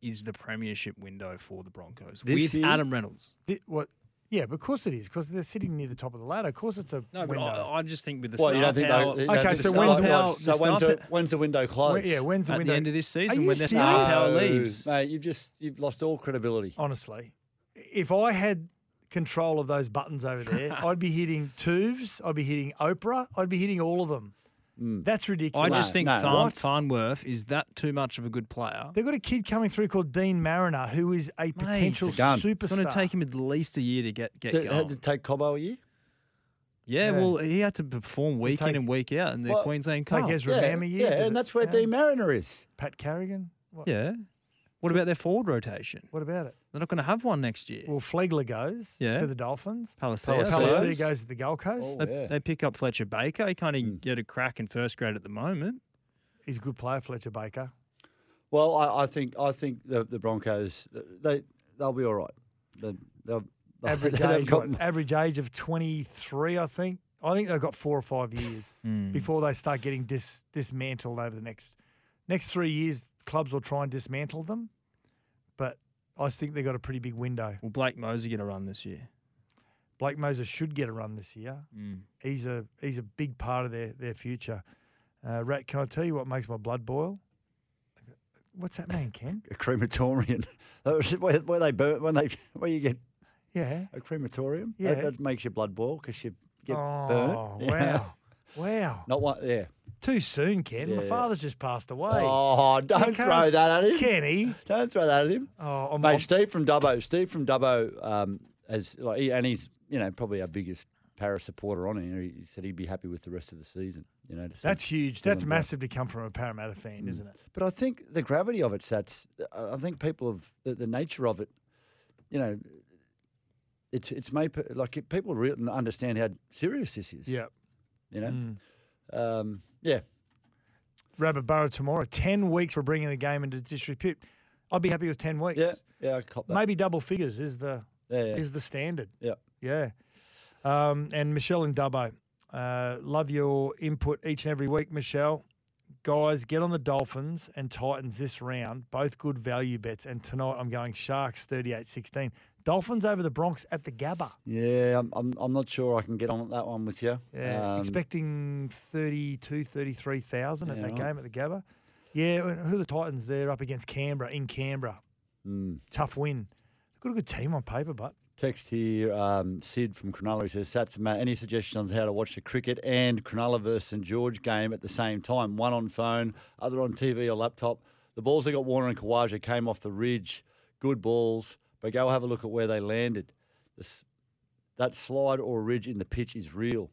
[SPEAKER 7] is the premiership window for the Broncos
[SPEAKER 5] This
[SPEAKER 7] with
[SPEAKER 5] year?
[SPEAKER 7] Adam Reynolds.
[SPEAKER 4] Thi- what? Yeah, but of course it is because they're sitting near the top of the ladder. Of course it's a
[SPEAKER 7] No, but
[SPEAKER 4] window.
[SPEAKER 7] I, I just think with the
[SPEAKER 5] Well,
[SPEAKER 7] star
[SPEAKER 5] you don't think
[SPEAKER 7] power,
[SPEAKER 5] they,
[SPEAKER 4] Okay, so when's-
[SPEAKER 5] so
[SPEAKER 7] the
[SPEAKER 5] when's
[SPEAKER 7] star
[SPEAKER 5] the,
[SPEAKER 7] power-
[SPEAKER 5] when's the window
[SPEAKER 4] Whe-
[SPEAKER 5] closed?
[SPEAKER 4] yeah, when's the
[SPEAKER 7] at
[SPEAKER 4] window?
[SPEAKER 7] the end of this season
[SPEAKER 4] you
[SPEAKER 7] when the star
[SPEAKER 4] serious?
[SPEAKER 7] power
[SPEAKER 5] No,
[SPEAKER 7] leaves.
[SPEAKER 5] mate, you've just you've lost all credibility.
[SPEAKER 4] honestly, if I had control of those buttons over there, I'd be hitting Tooves, I'd be hitting Oprah, I'd be hitting all of them. That's
[SPEAKER 7] Mm. I
[SPEAKER 4] ridiculous.
[SPEAKER 7] just think
[SPEAKER 5] no.
[SPEAKER 7] Tharn,
[SPEAKER 5] What?
[SPEAKER 7] Farnworth is that too much of a good player?
[SPEAKER 4] They've got a kid coming through called Dean Mariner, who is a potential
[SPEAKER 5] He's a gun.
[SPEAKER 4] superstar.
[SPEAKER 7] It's going to take him at least a year to get get
[SPEAKER 5] Did-
[SPEAKER 7] going.
[SPEAKER 5] had to take Cobbo a year.
[SPEAKER 4] Yeah.
[SPEAKER 7] yeah, well, he had to perform week
[SPEAKER 4] take-
[SPEAKER 7] in and week out in the
[SPEAKER 5] Well,
[SPEAKER 7] Queensland
[SPEAKER 4] take
[SPEAKER 7] Cup.
[SPEAKER 4] Ezra Mam a year.
[SPEAKER 5] Oh, yeah,
[SPEAKER 4] did
[SPEAKER 5] and
[SPEAKER 4] it?
[SPEAKER 5] that's where
[SPEAKER 4] Yeah.
[SPEAKER 5] D Mariner is.
[SPEAKER 4] Pat Carrigan. What,
[SPEAKER 7] Yeah. What about their forward rotation?
[SPEAKER 4] what about it?
[SPEAKER 7] They're not going to have one next year.
[SPEAKER 4] Well, Flegler goes
[SPEAKER 7] Yeah.
[SPEAKER 4] to the Dolphins.
[SPEAKER 7] Palacios.
[SPEAKER 5] Palacios.
[SPEAKER 4] Palacios goes to the Gold Coast.
[SPEAKER 5] Oh.
[SPEAKER 7] They,
[SPEAKER 5] Yeah.
[SPEAKER 7] they pick up Fletcher Baker. He can't even get a crack in first grade at the moment.
[SPEAKER 4] He's a good player, Fletcher Baker.
[SPEAKER 5] Well, I, I think I think the, the Broncos they they'll be all right. They, they'll,
[SPEAKER 4] average
[SPEAKER 5] they've
[SPEAKER 4] age,
[SPEAKER 5] got-
[SPEAKER 4] what, average age of 23, I think. I think they've got four or five years
[SPEAKER 5] Hmm.
[SPEAKER 4] before they start getting dis, dismantled over the next next three years. Clubs will try and dismantle them, but I think they've got a pretty big window.
[SPEAKER 7] Will Blake Moser get a run this year?
[SPEAKER 4] Blake Moses should get a run this year.
[SPEAKER 5] Hmm.
[SPEAKER 4] He's a he's a big part of their their future. Uh, Rat, can I tell you what makes my blood boil? What's that mean, Ken?
[SPEAKER 5] a crematorium. That was where, where they burn when they where you get
[SPEAKER 4] Yeah.
[SPEAKER 5] a crematorium.
[SPEAKER 4] Yeah.
[SPEAKER 5] That, that makes your blood boil because you get
[SPEAKER 4] oh,
[SPEAKER 5] burnt. Yeah.
[SPEAKER 4] wow. Wow.
[SPEAKER 5] Not one. Yeah.
[SPEAKER 4] Too soon, Ken. My
[SPEAKER 5] Yeah.
[SPEAKER 4] father's just passed away.
[SPEAKER 5] Oh, don't throw
[SPEAKER 4] can't-
[SPEAKER 5] that at him.
[SPEAKER 4] Kenny.
[SPEAKER 5] Don't throw that at him.
[SPEAKER 4] Oh, I'm,
[SPEAKER 5] Mate,
[SPEAKER 4] I'm-
[SPEAKER 5] Steve from Dubbo. Steve from Dubbo um, has, like, he, and he's you know probably our biggest para supporter on here. He said he'd be happy with the rest of the season. You know, to see
[SPEAKER 4] that's huge. That's
[SPEAKER 5] Dylan Brown.
[SPEAKER 4] massive to come from a Parramatta fan, isn't it?
[SPEAKER 5] But I think the gravity of it, Sats. I I think people of the, the nature of it, you know, it's it's made pe- like it- people re- understand how serious this is. you know,
[SPEAKER 4] Mm.
[SPEAKER 5] um, yeah.
[SPEAKER 4] Rabbit Burrow tomorrow. Ten weeks for bringing the game into disrepute. I'd be happy with ten weeks.
[SPEAKER 5] Yeah, yeah, I cop that.
[SPEAKER 4] Maybe double figures is the
[SPEAKER 5] Yeah, yeah.
[SPEAKER 4] is the standard.
[SPEAKER 5] yeah.
[SPEAKER 4] Yeah. Um, and Michelle and Dubbo, uh, love your input each and every week, Michelle. Guys, get on the Dolphins and Titans this round. Both good value bets. And tonight I'm going Sharks 38-16. Dolphins over the Bronx at the Gabba.
[SPEAKER 5] Yeah, I'm, I'm, I'm not sure I can get on that one with you.
[SPEAKER 4] Yeah,
[SPEAKER 5] Um,
[SPEAKER 4] expecting 32, 33,000 at
[SPEAKER 5] yeah,
[SPEAKER 4] that
[SPEAKER 5] right.
[SPEAKER 4] game at the Gabba. Yeah, and who are the Titans? They're up against Canberra in Canberra.
[SPEAKER 5] mm.
[SPEAKER 4] Tough win. They've got a good team on paper, but
[SPEAKER 5] Text here, um, Sid from Cronulla. He says, Sats, Matt, any suggestions on how to watch the cricket and Cronulla versus St George game at the same time? One on phone, other on TV or laptop. The balls they got Warner and Kawaja came off the ridge. Good balls, but go have a look at where they landed. This, that slide or ridge in the pitch is real.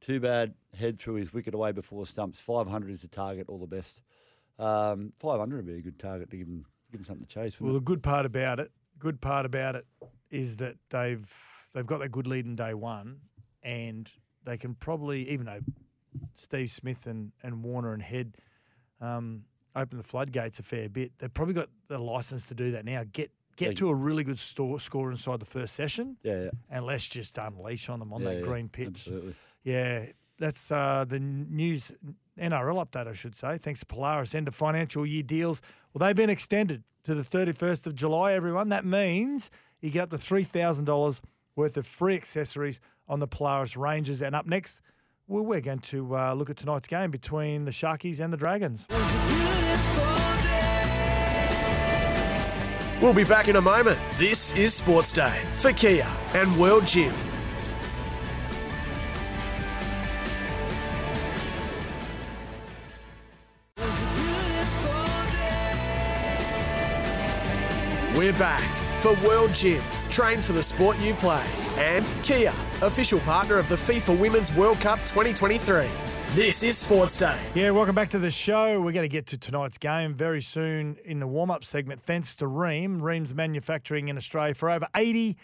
[SPEAKER 5] Too bad, head through his wicket away before stumps. 500 is the target, all the best. Um, 500 would be a good target to give him, give him something to chase.
[SPEAKER 4] well,
[SPEAKER 5] wouldn't
[SPEAKER 4] the good part about it, good part about it, is that they've they've got that good lead in day one, and they can probably even though Steve Smith and, and Warner and Head um, open the floodgates a fair bit, they've probably got the license to do that now. Get get
[SPEAKER 5] Yeah.
[SPEAKER 4] to a really good store, score inside the first session.
[SPEAKER 5] it? Yeah, yeah.
[SPEAKER 4] and let's just unleash on them on
[SPEAKER 5] Yeah,
[SPEAKER 4] that
[SPEAKER 5] yeah,
[SPEAKER 4] green pitch.
[SPEAKER 5] Absolutely.
[SPEAKER 4] Yeah, that's uh, the n- news NRL update, I should say. Thanks to Polaris, end of financial year deals. Well, they've been extended to the 31st of July, everyone. That means you get up to $3,000 worth of free accessories on the Polaris Rangers. And up next, well, we're going to uh, look at tonight's game between the Sharkies and the Dragons.
[SPEAKER 3] We'll be back in a moment. This is Sports Day for Kia and World Gym. We're back for World Gym. Train for the sport you play. And Kia, official partner of the FIFA Women's World Cup 2023. This is Sports Day.
[SPEAKER 4] Yeah, welcome back to the show. We're going to get to tonight's game very soon in the warm up segment, thanks to Ream. Ream's manufacturing in Australia for over 80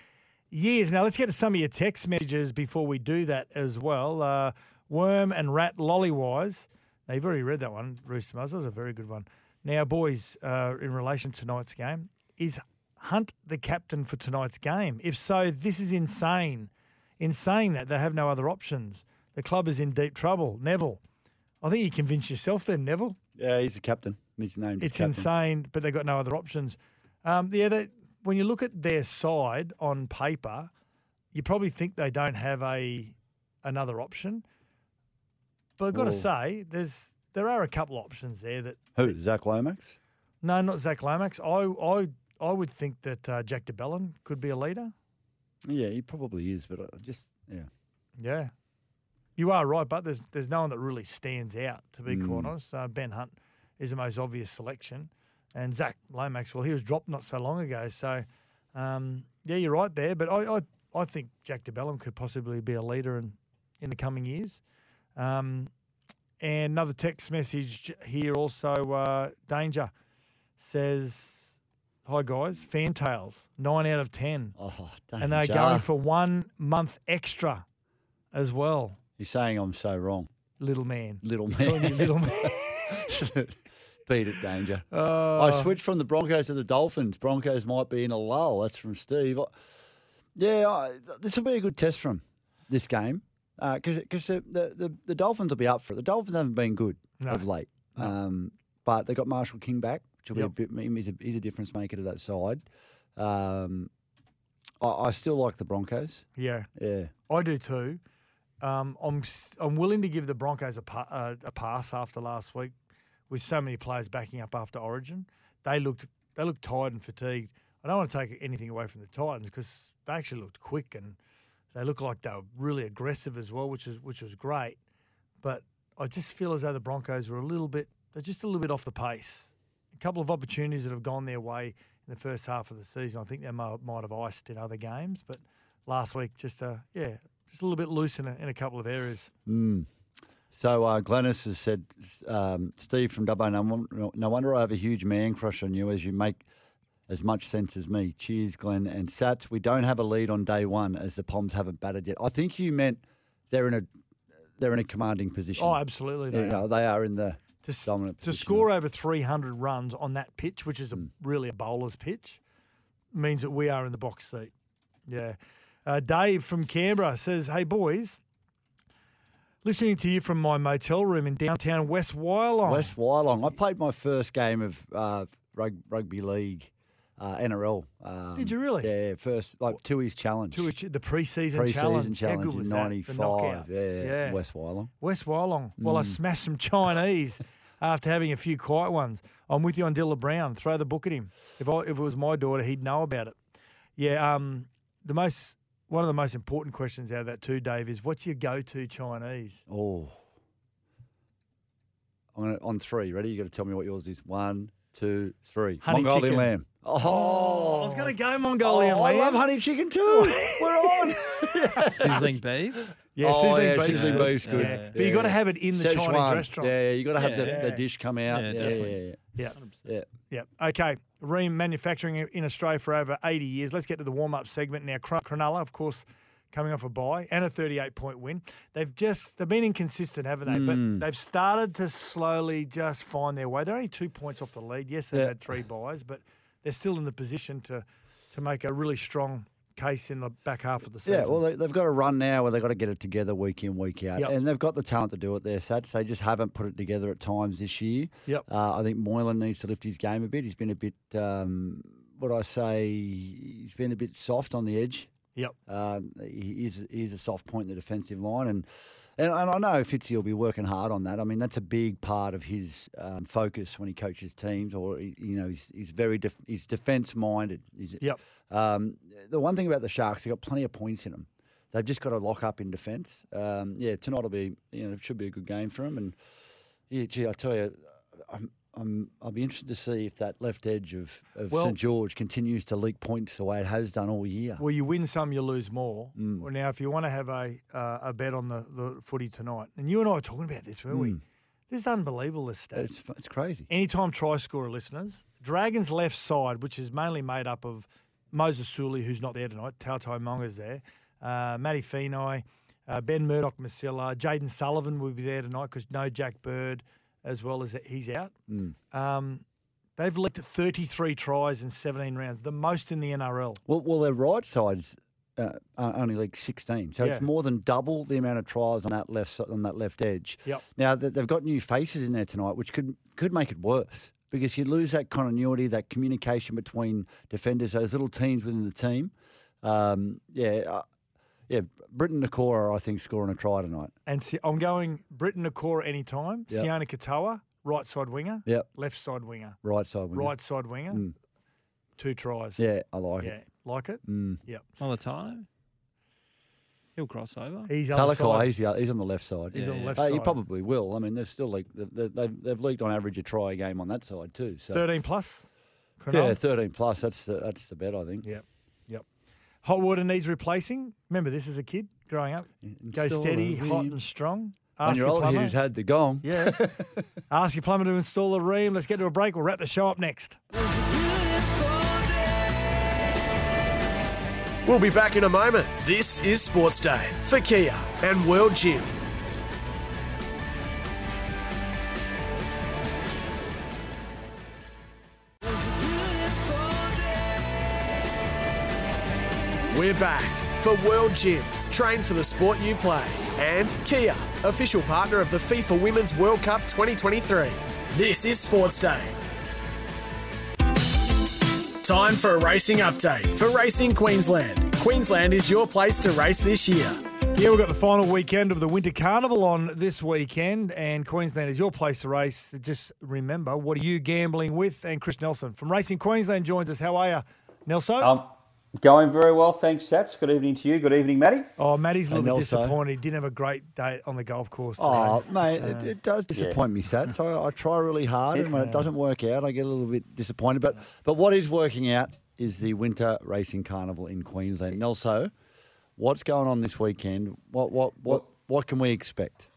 [SPEAKER 4] years. Now, let's get to some of your text messages before we do that as well. Uh, Worm and Rat Lollywise. Now, you've already read that one, Rooster Muzz. That was a very good one. Now, boys, uh, in relation to tonight's game, is Hunt the captain for tonight's game? If so, this is insane. In saying that, they have no other options. The club is in deep trouble. Neville. I think you convinced yourself then, Neville.
[SPEAKER 5] Yeah, he's a captain. He's named. as
[SPEAKER 4] It's
[SPEAKER 5] captain.
[SPEAKER 4] insane, but they've got no other options. Um, yeah, they, when you look at their side on paper, you probably think they don't have a another option. But I've got to
[SPEAKER 5] Well-
[SPEAKER 4] say, there's there are a couple options there that
[SPEAKER 5] Who? Zach Lomax.
[SPEAKER 4] no, not Zach Lomax. I I I would think that uh, Jack DeBellin could be a leader.
[SPEAKER 5] Yeah, he probably is, but I just yeah.
[SPEAKER 4] Yeah, you are right, but there's there's no one that really stands out to be quite honest. Uh, ben Hunt is the most obvious selection, and Zach Lomax. Well, he was dropped not so long ago, so um, yeah, you're right there. But I, I I think Jack DeBellum could possibly be a leader in in the coming years. Um, and another text message j- here also. Uh, Danger says, "Hi guys, Fantails nine out of ten
[SPEAKER 5] Oh,
[SPEAKER 4] and they're
[SPEAKER 5] danger.
[SPEAKER 4] going for one month extra as well,
[SPEAKER 5] You're saying I'm so wrong,
[SPEAKER 4] little man.
[SPEAKER 5] little
[SPEAKER 4] Calling you
[SPEAKER 5] man.
[SPEAKER 4] little man.
[SPEAKER 5] Beat it, danger.
[SPEAKER 4] Uh,
[SPEAKER 5] I switched from the Broncos to the Dolphins. Broncos might be in a lull. That's from Steve. I- Yeah, I, this will be a good test for 'em, this game, because the, the, the, the Dolphins will be up for it. The Dolphins haven't been good
[SPEAKER 4] No.
[SPEAKER 5] of late, um, but they got Marshall King back, which will
[SPEAKER 4] Yep.
[SPEAKER 5] be a bit. He's a, he's a difference maker to that side. Um, I, I still like the Broncos.
[SPEAKER 4] yeah,
[SPEAKER 5] Yeah,
[SPEAKER 4] I do too. Um, I'm s- I'm willing to give the Broncos a, pa- uh, a pass after last week, with so many players backing up after Origin. They looked they looked tired and fatigued. I don't want to take anything away from the Titans because they actually looked quick and they looked like they were really aggressive as well, which is which was great. But I just feel as though the Broncos were a little bit they're just a little bit off the pace. A couple of opportunities that have gone their way in the first half of the season. I think they might, might have iced in other games, but last week just uh, yeah, just a little bit loose in a, in a couple of areas.
[SPEAKER 5] So uh, Glennis has said, um, Steve from Dubbo, no, won- no wonder I have a huge man crush on you as you make as much sense as me. Cheers, Glenn. And Sats, we don't have a lead on day one as the Poms haven't batted yet. I think you meant they're in a they're in a commanding position.
[SPEAKER 4] Oh, absolutely.
[SPEAKER 5] You
[SPEAKER 4] They are.
[SPEAKER 5] know, they are in the
[SPEAKER 4] To, s-
[SPEAKER 5] dominant
[SPEAKER 4] to
[SPEAKER 5] position. Hmm.
[SPEAKER 4] score over 300 runs on that pitch, which is a, really a bowler's pitch, means that we are in the box seat. Yeah. Uh, Dave from Canberra says, Hey, boys, listening to you from my motel room in downtown West Wyalong.
[SPEAKER 5] West Wyalong. I played my first game of uh, rug, rugby league uh, NRL. Um,
[SPEAKER 4] Did you really?
[SPEAKER 5] Yeah, first like Tui's challenge.
[SPEAKER 4] to ach- the preseason,
[SPEAKER 5] pre-season
[SPEAKER 4] challenge.
[SPEAKER 5] challenge
[SPEAKER 4] How good
[SPEAKER 5] in
[SPEAKER 4] was
[SPEAKER 5] '95.
[SPEAKER 4] That? The knockout.
[SPEAKER 5] Yeah, West Mm. Wyalong.
[SPEAKER 4] West Wyalong. Well, I smashed some Chinese after having a few quiet ones. I'm with you on Dilla Brown. Throw the book at him. If I, if it was my daughter, he'd know about it. Yeah. Um. The most one of the most important questions out of that too, Dave, is what's your go-to Chinese?
[SPEAKER 5] Oh. I'm gonna, on three, ready? You got to tell me what yours is. One, two, three.
[SPEAKER 4] Honey
[SPEAKER 5] Mongolian
[SPEAKER 4] chicken.
[SPEAKER 5] lamb. Oh,
[SPEAKER 4] I was gonna go Mongolian
[SPEAKER 5] Oh,
[SPEAKER 4] lamb.
[SPEAKER 5] I love honey chicken too. We're on.
[SPEAKER 7] Sizzling beef.
[SPEAKER 4] Yeah,
[SPEAKER 5] Oh,
[SPEAKER 4] sizzling
[SPEAKER 5] yeah,
[SPEAKER 4] beef.
[SPEAKER 5] sizzling
[SPEAKER 4] Yeah.
[SPEAKER 5] beef's good.
[SPEAKER 4] Yeah. But you got to have it in the Chinese
[SPEAKER 5] Szechuan.
[SPEAKER 4] restaurant.
[SPEAKER 5] Yeah, yeah, you got to have
[SPEAKER 7] Yeah.
[SPEAKER 5] The, the dish come out. Yeah,
[SPEAKER 7] Yeah,
[SPEAKER 5] yeah,
[SPEAKER 7] definitely.
[SPEAKER 5] yeah,
[SPEAKER 4] Yeah.
[SPEAKER 5] yeah.
[SPEAKER 4] Yep. Okay. Ream manufacturing in Australia for over 80 years. Let's get to the warm up segment now. Cr- Cronulla, of course, coming off a bye and a 38 point win. They've just, they've been inconsistent, haven't they?
[SPEAKER 5] Mm.
[SPEAKER 4] But they've started to slowly just find their way. They're only two points off the lead. Yes, they've
[SPEAKER 5] Yeah.
[SPEAKER 4] had three buys, but they're still in the position to, to make a really strong case in the back half of the season.
[SPEAKER 5] Yeah, well, they, they've got a run now where they've got to get it together week in, week out.
[SPEAKER 4] Yep.
[SPEAKER 5] And they've got the talent to do it there, Sats. They just haven't put it together at times this year.
[SPEAKER 4] Yep.
[SPEAKER 5] Uh, I think Moylan needs to lift his game a bit. He's been a bit, um, what I say, he's been a bit soft on the edge.
[SPEAKER 4] yep.
[SPEAKER 5] Uh, he is he's a soft point in the defensive line, and and, and I know Fitzy will be working hard on that. I mean, that's a big part of his um, focus when he coaches teams, or he- you know, he's, he's very def- he's defense minded. He's,
[SPEAKER 4] Yep.
[SPEAKER 5] Um, the one thing about the Sharks, they've got plenty of points in them. They've just got to lock up in defence. Um, yeah, tonight will be you know it should be a good game for them, and yeah, gee, I tell you. I'm, I'm, I'll be interested to see if that left edge of, of
[SPEAKER 4] Well-
[SPEAKER 5] St George continues to leak points the way it has done all year.
[SPEAKER 4] Well, you win some, you lose more. Well, now, if you want to have a uh, a bet on the, the footy tonight, and you and I were talking about this, weren't we? This is unbelievable, this stat.
[SPEAKER 5] It's, it's crazy.
[SPEAKER 4] Anytime try scorer listeners, Dragons left side, which is mainly made up of Moses Suli, who's not there tonight, Tautai Monga's there, uh, Matty Feeney, uh, Ben Murdoch Masilla, Jaden Sullivan will be there tonight because no Jack Bird, as well as he's out. Um, they've leaked 33 tries in 17 rounds, the most in the NRL.
[SPEAKER 5] Well, well, their right side's uh, uh, only league 16. So it's
[SPEAKER 4] Yeah.
[SPEAKER 5] more than double the amount of tries on that left si- on that left edge.
[SPEAKER 4] Yep.
[SPEAKER 5] Now th- they've got new faces in there tonight, which could could make it worse because you lose that continuity, that communication between defenders, those little teams within the team. Um, yeah, uh, yeah. Britain Nakora, I think, scoring a try tonight.
[SPEAKER 4] And Si- I'm going Britain Nakora anytime.
[SPEAKER 5] Yep.
[SPEAKER 4] Siona Katoa, right side winger.
[SPEAKER 5] Yep.
[SPEAKER 4] Left side winger.
[SPEAKER 5] Right side winger. Mm.
[SPEAKER 4] Right side winger. Two tries.
[SPEAKER 5] Yeah, I like
[SPEAKER 4] Yeah.
[SPEAKER 5] it.
[SPEAKER 4] Like it?
[SPEAKER 5] Mm.
[SPEAKER 4] Yep.
[SPEAKER 7] Molitato. He'll cross over.
[SPEAKER 4] He's other
[SPEAKER 5] Talakai,
[SPEAKER 4] side.
[SPEAKER 5] he's, the- he's on the left side.
[SPEAKER 4] He's on the
[SPEAKER 7] Yeah.
[SPEAKER 4] left
[SPEAKER 5] Uh,
[SPEAKER 4] side.
[SPEAKER 5] he probably will. I mean, they've still like they've, they've, they've leaked on average a try a game on that side too. So
[SPEAKER 4] 13 plus.
[SPEAKER 5] yeah,
[SPEAKER 4] Cronulla?
[SPEAKER 5] thirteen plus. That's the, that's the bet I think.
[SPEAKER 4] Yep. Yep. Hot water needs replacing. Remember this as a kid growing up.
[SPEAKER 5] And
[SPEAKER 4] Go
[SPEAKER 5] still
[SPEAKER 4] steady,
[SPEAKER 5] the
[SPEAKER 4] hot
[SPEAKER 5] ream.
[SPEAKER 4] and strong.
[SPEAKER 5] When
[SPEAKER 4] Ask
[SPEAKER 5] you're
[SPEAKER 4] your
[SPEAKER 5] old,
[SPEAKER 4] plumber.
[SPEAKER 5] who's had the gong.
[SPEAKER 4] yeah. Ask your plumber to install a ream. Let's get to a break. We'll wrap the show up next.
[SPEAKER 3] We'll be back in a moment. This is Sports Day for Kia and World Gym. We're back for World Gym. Train for the sport you play. And Kia, official partner of the FIFA Women's World Cup 2023. This is Sports Day. Time for a racing update for Racing Queensland. Queensland is your place to race this year.
[SPEAKER 4] Yeah, we've got the final weekend of the Winter Carnival on this weekend, and Queensland is your place to race. Just remember, what are you gambling with? And Chris Nelson from Racing Queensland joins us. How are you, Nelson?
[SPEAKER 8] Um, going very well, thanks, Sats. Good evening to you. Good evening, Matty.
[SPEAKER 4] oh, Matty's a little
[SPEAKER 5] and
[SPEAKER 4] bit
[SPEAKER 5] Nelson.
[SPEAKER 4] disappointed. He didn't have a great day on the golf course. today.
[SPEAKER 5] Oh, mate, it, it does disappoint me, Sat. So I, I try really hard, and when it doesn't work out, I get a little bit disappointed. But but what is working out is the Winter Racing Carnival in Queensland. And also, what's going on this weekend? What what what what can we expect?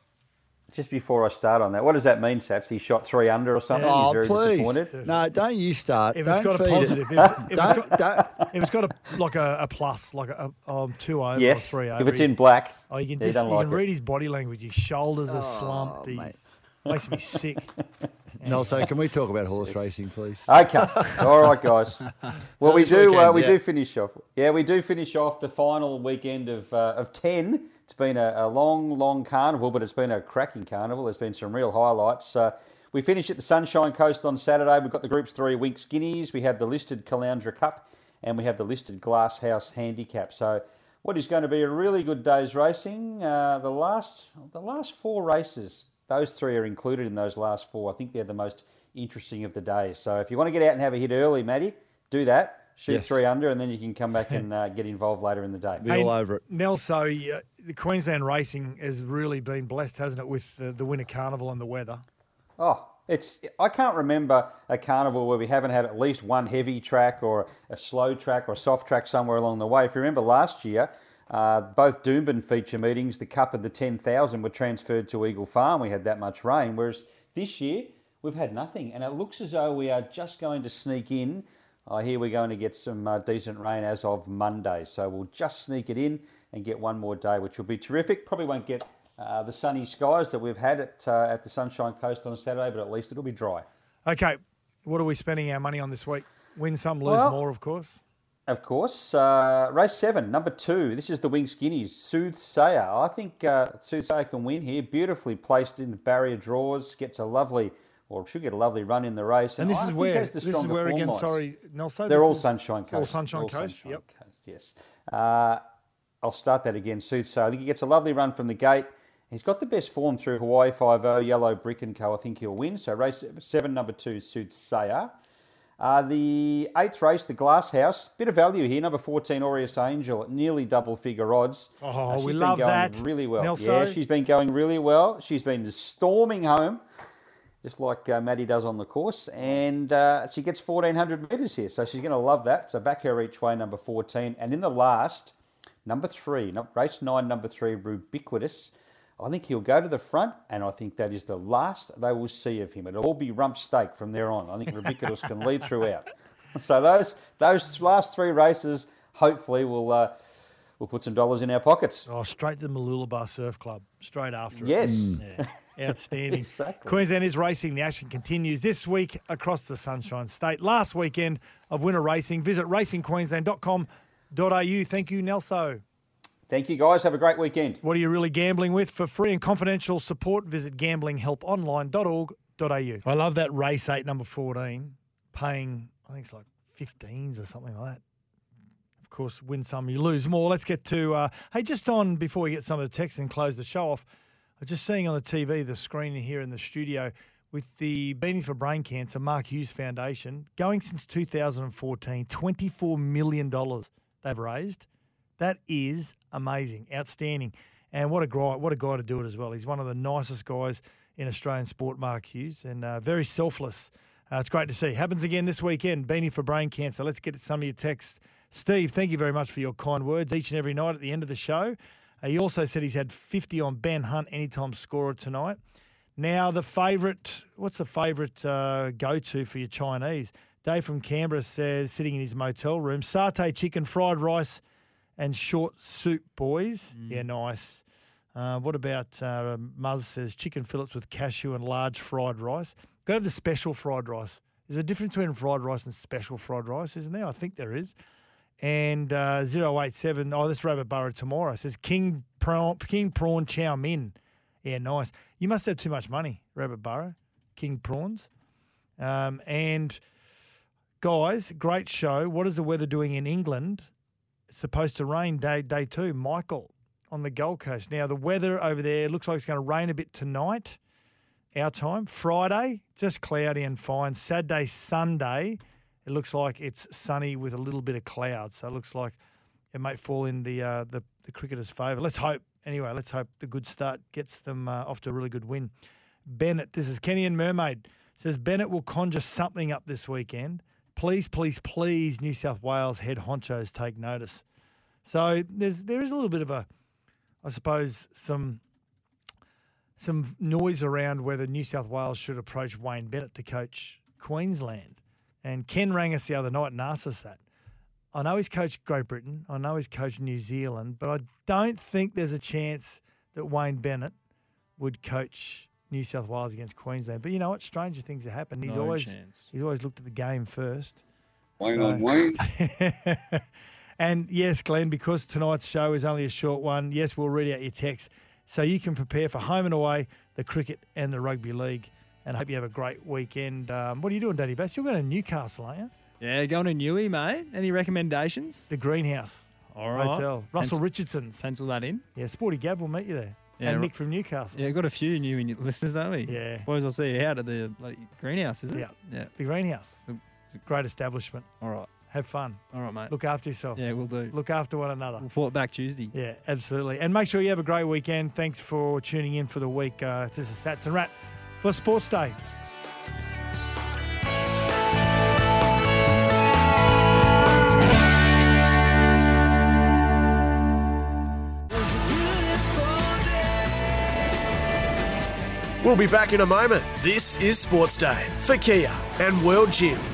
[SPEAKER 8] Just before I start on that, what does that mean, Sats? He shot three under or something?
[SPEAKER 5] Oh,
[SPEAKER 8] He's very
[SPEAKER 5] please.
[SPEAKER 8] disappointed.
[SPEAKER 5] No, don't you start.
[SPEAKER 4] If
[SPEAKER 5] don't
[SPEAKER 4] it's got a
[SPEAKER 5] feed
[SPEAKER 4] positive, if,
[SPEAKER 5] It.
[SPEAKER 4] if it's
[SPEAKER 5] Don't-
[SPEAKER 4] got,
[SPEAKER 5] don't-
[SPEAKER 4] if it's got a like a, a plus, like a, a um, two over
[SPEAKER 8] Yes.
[SPEAKER 4] or three over,
[SPEAKER 8] If it's in
[SPEAKER 4] you-
[SPEAKER 8] black,
[SPEAKER 4] oh, you can
[SPEAKER 8] he
[SPEAKER 4] just
[SPEAKER 8] doesn't
[SPEAKER 4] you
[SPEAKER 8] like
[SPEAKER 4] can
[SPEAKER 8] it.
[SPEAKER 4] read his body language. His shoulders are slumped. He's, makes me sick.
[SPEAKER 5] Nelson, can we talk about horse racing, please?
[SPEAKER 8] Okay. All right, guys. Well, we
[SPEAKER 5] this
[SPEAKER 8] do. uh,
[SPEAKER 5] weekend,
[SPEAKER 8] we
[SPEAKER 5] yeah.
[SPEAKER 8] do finish off. Yeah, we do finish off the final weekend of uh, of ten. It's been a, a long, long carnival, but it's been a cracking carnival. There's been some real highlights. Uh, we finish at the Sunshine Coast on Saturday. We've got the Groups Three Winks Guineas. We have the listed Caloundra Cup, and we have the listed Glass House Handicap. So, what is going to be a really good day's racing? Uh, the last, the last four races. Those three are included in those last four. I think they're the most interesting of the day. So if you want to get out and have a hit early, Matty, do that. Shoot
[SPEAKER 5] Yes.
[SPEAKER 8] three under, and then you can come back and uh, get involved later in the day.
[SPEAKER 5] Be all over it.
[SPEAKER 4] Nelson, yeah, uh, the Queensland racing has really been blessed, hasn't it, with the, the Winter Carnival and the weather?
[SPEAKER 8] Oh, it's I can't remember a carnival where we haven't had at least one heavy track or a slow track or a soft track somewhere along the way. If you remember last year, uh, both Doomben feature meetings, the Cup and the 10,000 were transferred to Eagle Farm. We had that much rain, whereas this year we've had nothing, and it looks as though we are just going to sneak in. I hear we're going to get some uh, decent rain as of Monday, so we'll just sneak it in and get one more day, which will be terrific. Probably won't get uh, the sunny skies that we've had at, uh, at the Sunshine Coast on Saturday, but at least it'll be dry.
[SPEAKER 4] Okay, what are we spending our money on this week? Win some, lose
[SPEAKER 8] Well-
[SPEAKER 4] more, of course.
[SPEAKER 8] Of course, uh, race seven, number two. This is the Wing Skinnies, Soothsayer. I think uh, Soothsayer can win here. Beautifully placed in the barrier draws, gets a lovely, or should get a lovely run in the race.
[SPEAKER 4] And this
[SPEAKER 8] I
[SPEAKER 4] is
[SPEAKER 8] think
[SPEAKER 4] where
[SPEAKER 8] has the
[SPEAKER 4] this is
[SPEAKER 8] stronger
[SPEAKER 4] where
[SPEAKER 8] form
[SPEAKER 4] again.
[SPEAKER 8] lines.
[SPEAKER 4] Sorry, Nelson.
[SPEAKER 8] They're
[SPEAKER 4] this
[SPEAKER 8] all
[SPEAKER 4] is-
[SPEAKER 8] Sunshine Coast.
[SPEAKER 4] All Sunshine Coast.
[SPEAKER 8] Sunshine
[SPEAKER 4] Yep.
[SPEAKER 8] Coast, yes. Uh, I'll start that again, Soothsayer. I think he gets a lovely run from the gate. He's got the best form through Hawaii 5 Yellow Brick and Co. I think he'll win. So race seven, number two, Soothsayer. Uh, the eighth race, the Glass House. Bit of value here. Number 14, Aureus Angel, at nearly double figure odds.
[SPEAKER 4] Oh,
[SPEAKER 8] Uh,
[SPEAKER 4] we
[SPEAKER 8] she's been
[SPEAKER 4] love
[SPEAKER 8] going
[SPEAKER 4] that.
[SPEAKER 8] Really well.
[SPEAKER 4] Nelson.
[SPEAKER 8] Yeah, she's been going really well. She's been storming home just like uh, Maddie does on the course. And uh, she gets 1,400 metres here, so she's going to love that. So back her each way, number 14. And in the last, number three, no- race nine, number three, Rubiquitous. I think he'll go to the front, and I think that is the last they will see of him. It'll all be rump steak from there on. I think Rubiquitous can lead throughout. So those those last three races, hopefully, will uh, will put some dollars in our pockets.
[SPEAKER 4] Oh, straight to the Malulabar Surf Club. Straight after it.
[SPEAKER 8] Yes.
[SPEAKER 4] Yeah, outstanding.
[SPEAKER 8] Exactly.
[SPEAKER 4] Queensland is racing. The action continues this week across the Sunshine State. Last weekend of winter racing. Visit racingqueensland.com.au au. Thank you, Nelso.
[SPEAKER 8] Thank you, guys. Have a great weekend.
[SPEAKER 4] What are you really gambling with? For free and confidential support, visit gamblinghelponline.org.au. I love that race eight, number 14, paying, I think it's like 15s or something like that. Of course, win some, you lose more. Let's get to, uh, hey, just on before we get some of the text and close the show off, I was just seeing on the TV the screen here in the studio with the Beanie for Brain Cancer, Mark Hughes Foundation, going since 2014, $24 million they've raised. That is amazing, outstanding, and what a guy! What a guy to do it as well. He's one of the nicest guys in Australian sport, Mark Hughes, and uh, very selfless. Uh, it's great to see. Happens again this weekend. Beanie for brain cancer. Let's get some of your texts. Steve, thank you very much for your kind words each and every night at the end of the show. Uh, he also said he's had 50 on Ben Hunt, anytime scorer tonight. Now the favourite. What's the favourite uh, go-to for your Chinese? Dave from Canberra says, sitting in his motel room, satay chicken, fried rice and short soup, boys. Yeah, nice. Uh, what about uh, Muzz says chicken fillets with cashew and large fried rice? Go to the special fried rice. There's a difference between fried rice and special fried rice, isn't there? I think there is. And uh, 087, oh, this rabbit burrow tomorrow says king prawn, king prawn chow mein. Yeah, nice. You must have too much money, rabbit burrow, king prawns. Um, and guys, great show. What is the weather doing in England? It's supposed to rain day day two. Michael on the Gold Coast. Now the weather over there looks like it's going to rain a bit tonight, our time. Friday just cloudy and fine. Saturday, Sunday, it looks like it's sunny with a little bit of cloud. So it looks like it may fall in the uh, the, the cricketers' favour. Let's hope. Anyway, let's hope the good start gets them uh, off to a really good win. Bennett, this is Kenny and Mermaid says Bennett will conjure something up this weekend. Please, please, please, New South Wales head honchos take notice. So there's there is a little bit of a, I suppose some some noise around whether New South Wales should approach Wayne Bennett to coach Queensland. And Ken rang us the other night and asked us that. I know he's coached Great Britain. I know he's coached New Zealand, but I don't think there's a chance that Wayne Bennett would coach New South Wales against Queensland. But you know what? Stranger things have happened. He's
[SPEAKER 7] No
[SPEAKER 4] always
[SPEAKER 7] chance.
[SPEAKER 4] he's always looked at the game first.
[SPEAKER 9] Wayne on Wayne.
[SPEAKER 4] and yes, Glenn, because tonight's show is only a short one, yes, we'll read out your text so you can prepare for home and away, the cricket and the rugby league. And I hope you have a great weekend. Um, what are you doing, Daddy Bass? You're going to Newcastle, aren't you?
[SPEAKER 7] Yeah, going to Newey, mate. Any recommendations?
[SPEAKER 4] The Greenhouse
[SPEAKER 7] All right.
[SPEAKER 4] Hotel. Russell
[SPEAKER 7] Pens-
[SPEAKER 4] Richardson's.
[SPEAKER 7] Pencil that in.
[SPEAKER 4] Yeah, Sporty Gab will meet you there.
[SPEAKER 7] Yeah,
[SPEAKER 4] and
[SPEAKER 7] ri-
[SPEAKER 4] Nick from Newcastle.
[SPEAKER 7] Yeah, we've got a few new in- listeners, don't we?
[SPEAKER 4] Yeah.
[SPEAKER 7] Boys, I'll see you out at the bloody greenhouse, is it?
[SPEAKER 4] Yeah.
[SPEAKER 7] Yeah.
[SPEAKER 4] The Greenhouse.
[SPEAKER 7] Mm.
[SPEAKER 4] Great establishment.
[SPEAKER 7] All right.
[SPEAKER 4] Have fun.
[SPEAKER 7] All right, mate.
[SPEAKER 4] Look after yourself.
[SPEAKER 7] Yeah, we'll do.
[SPEAKER 4] Look after one another.
[SPEAKER 7] We'll report back Tuesday.
[SPEAKER 4] Yeah, absolutely. And make sure you have a great weekend. Thanks for tuning in for the week. Uh, this is Sats and Rat for Sports Day.
[SPEAKER 3] We'll be back in a moment. This is Sports Day for Kia and World Gym.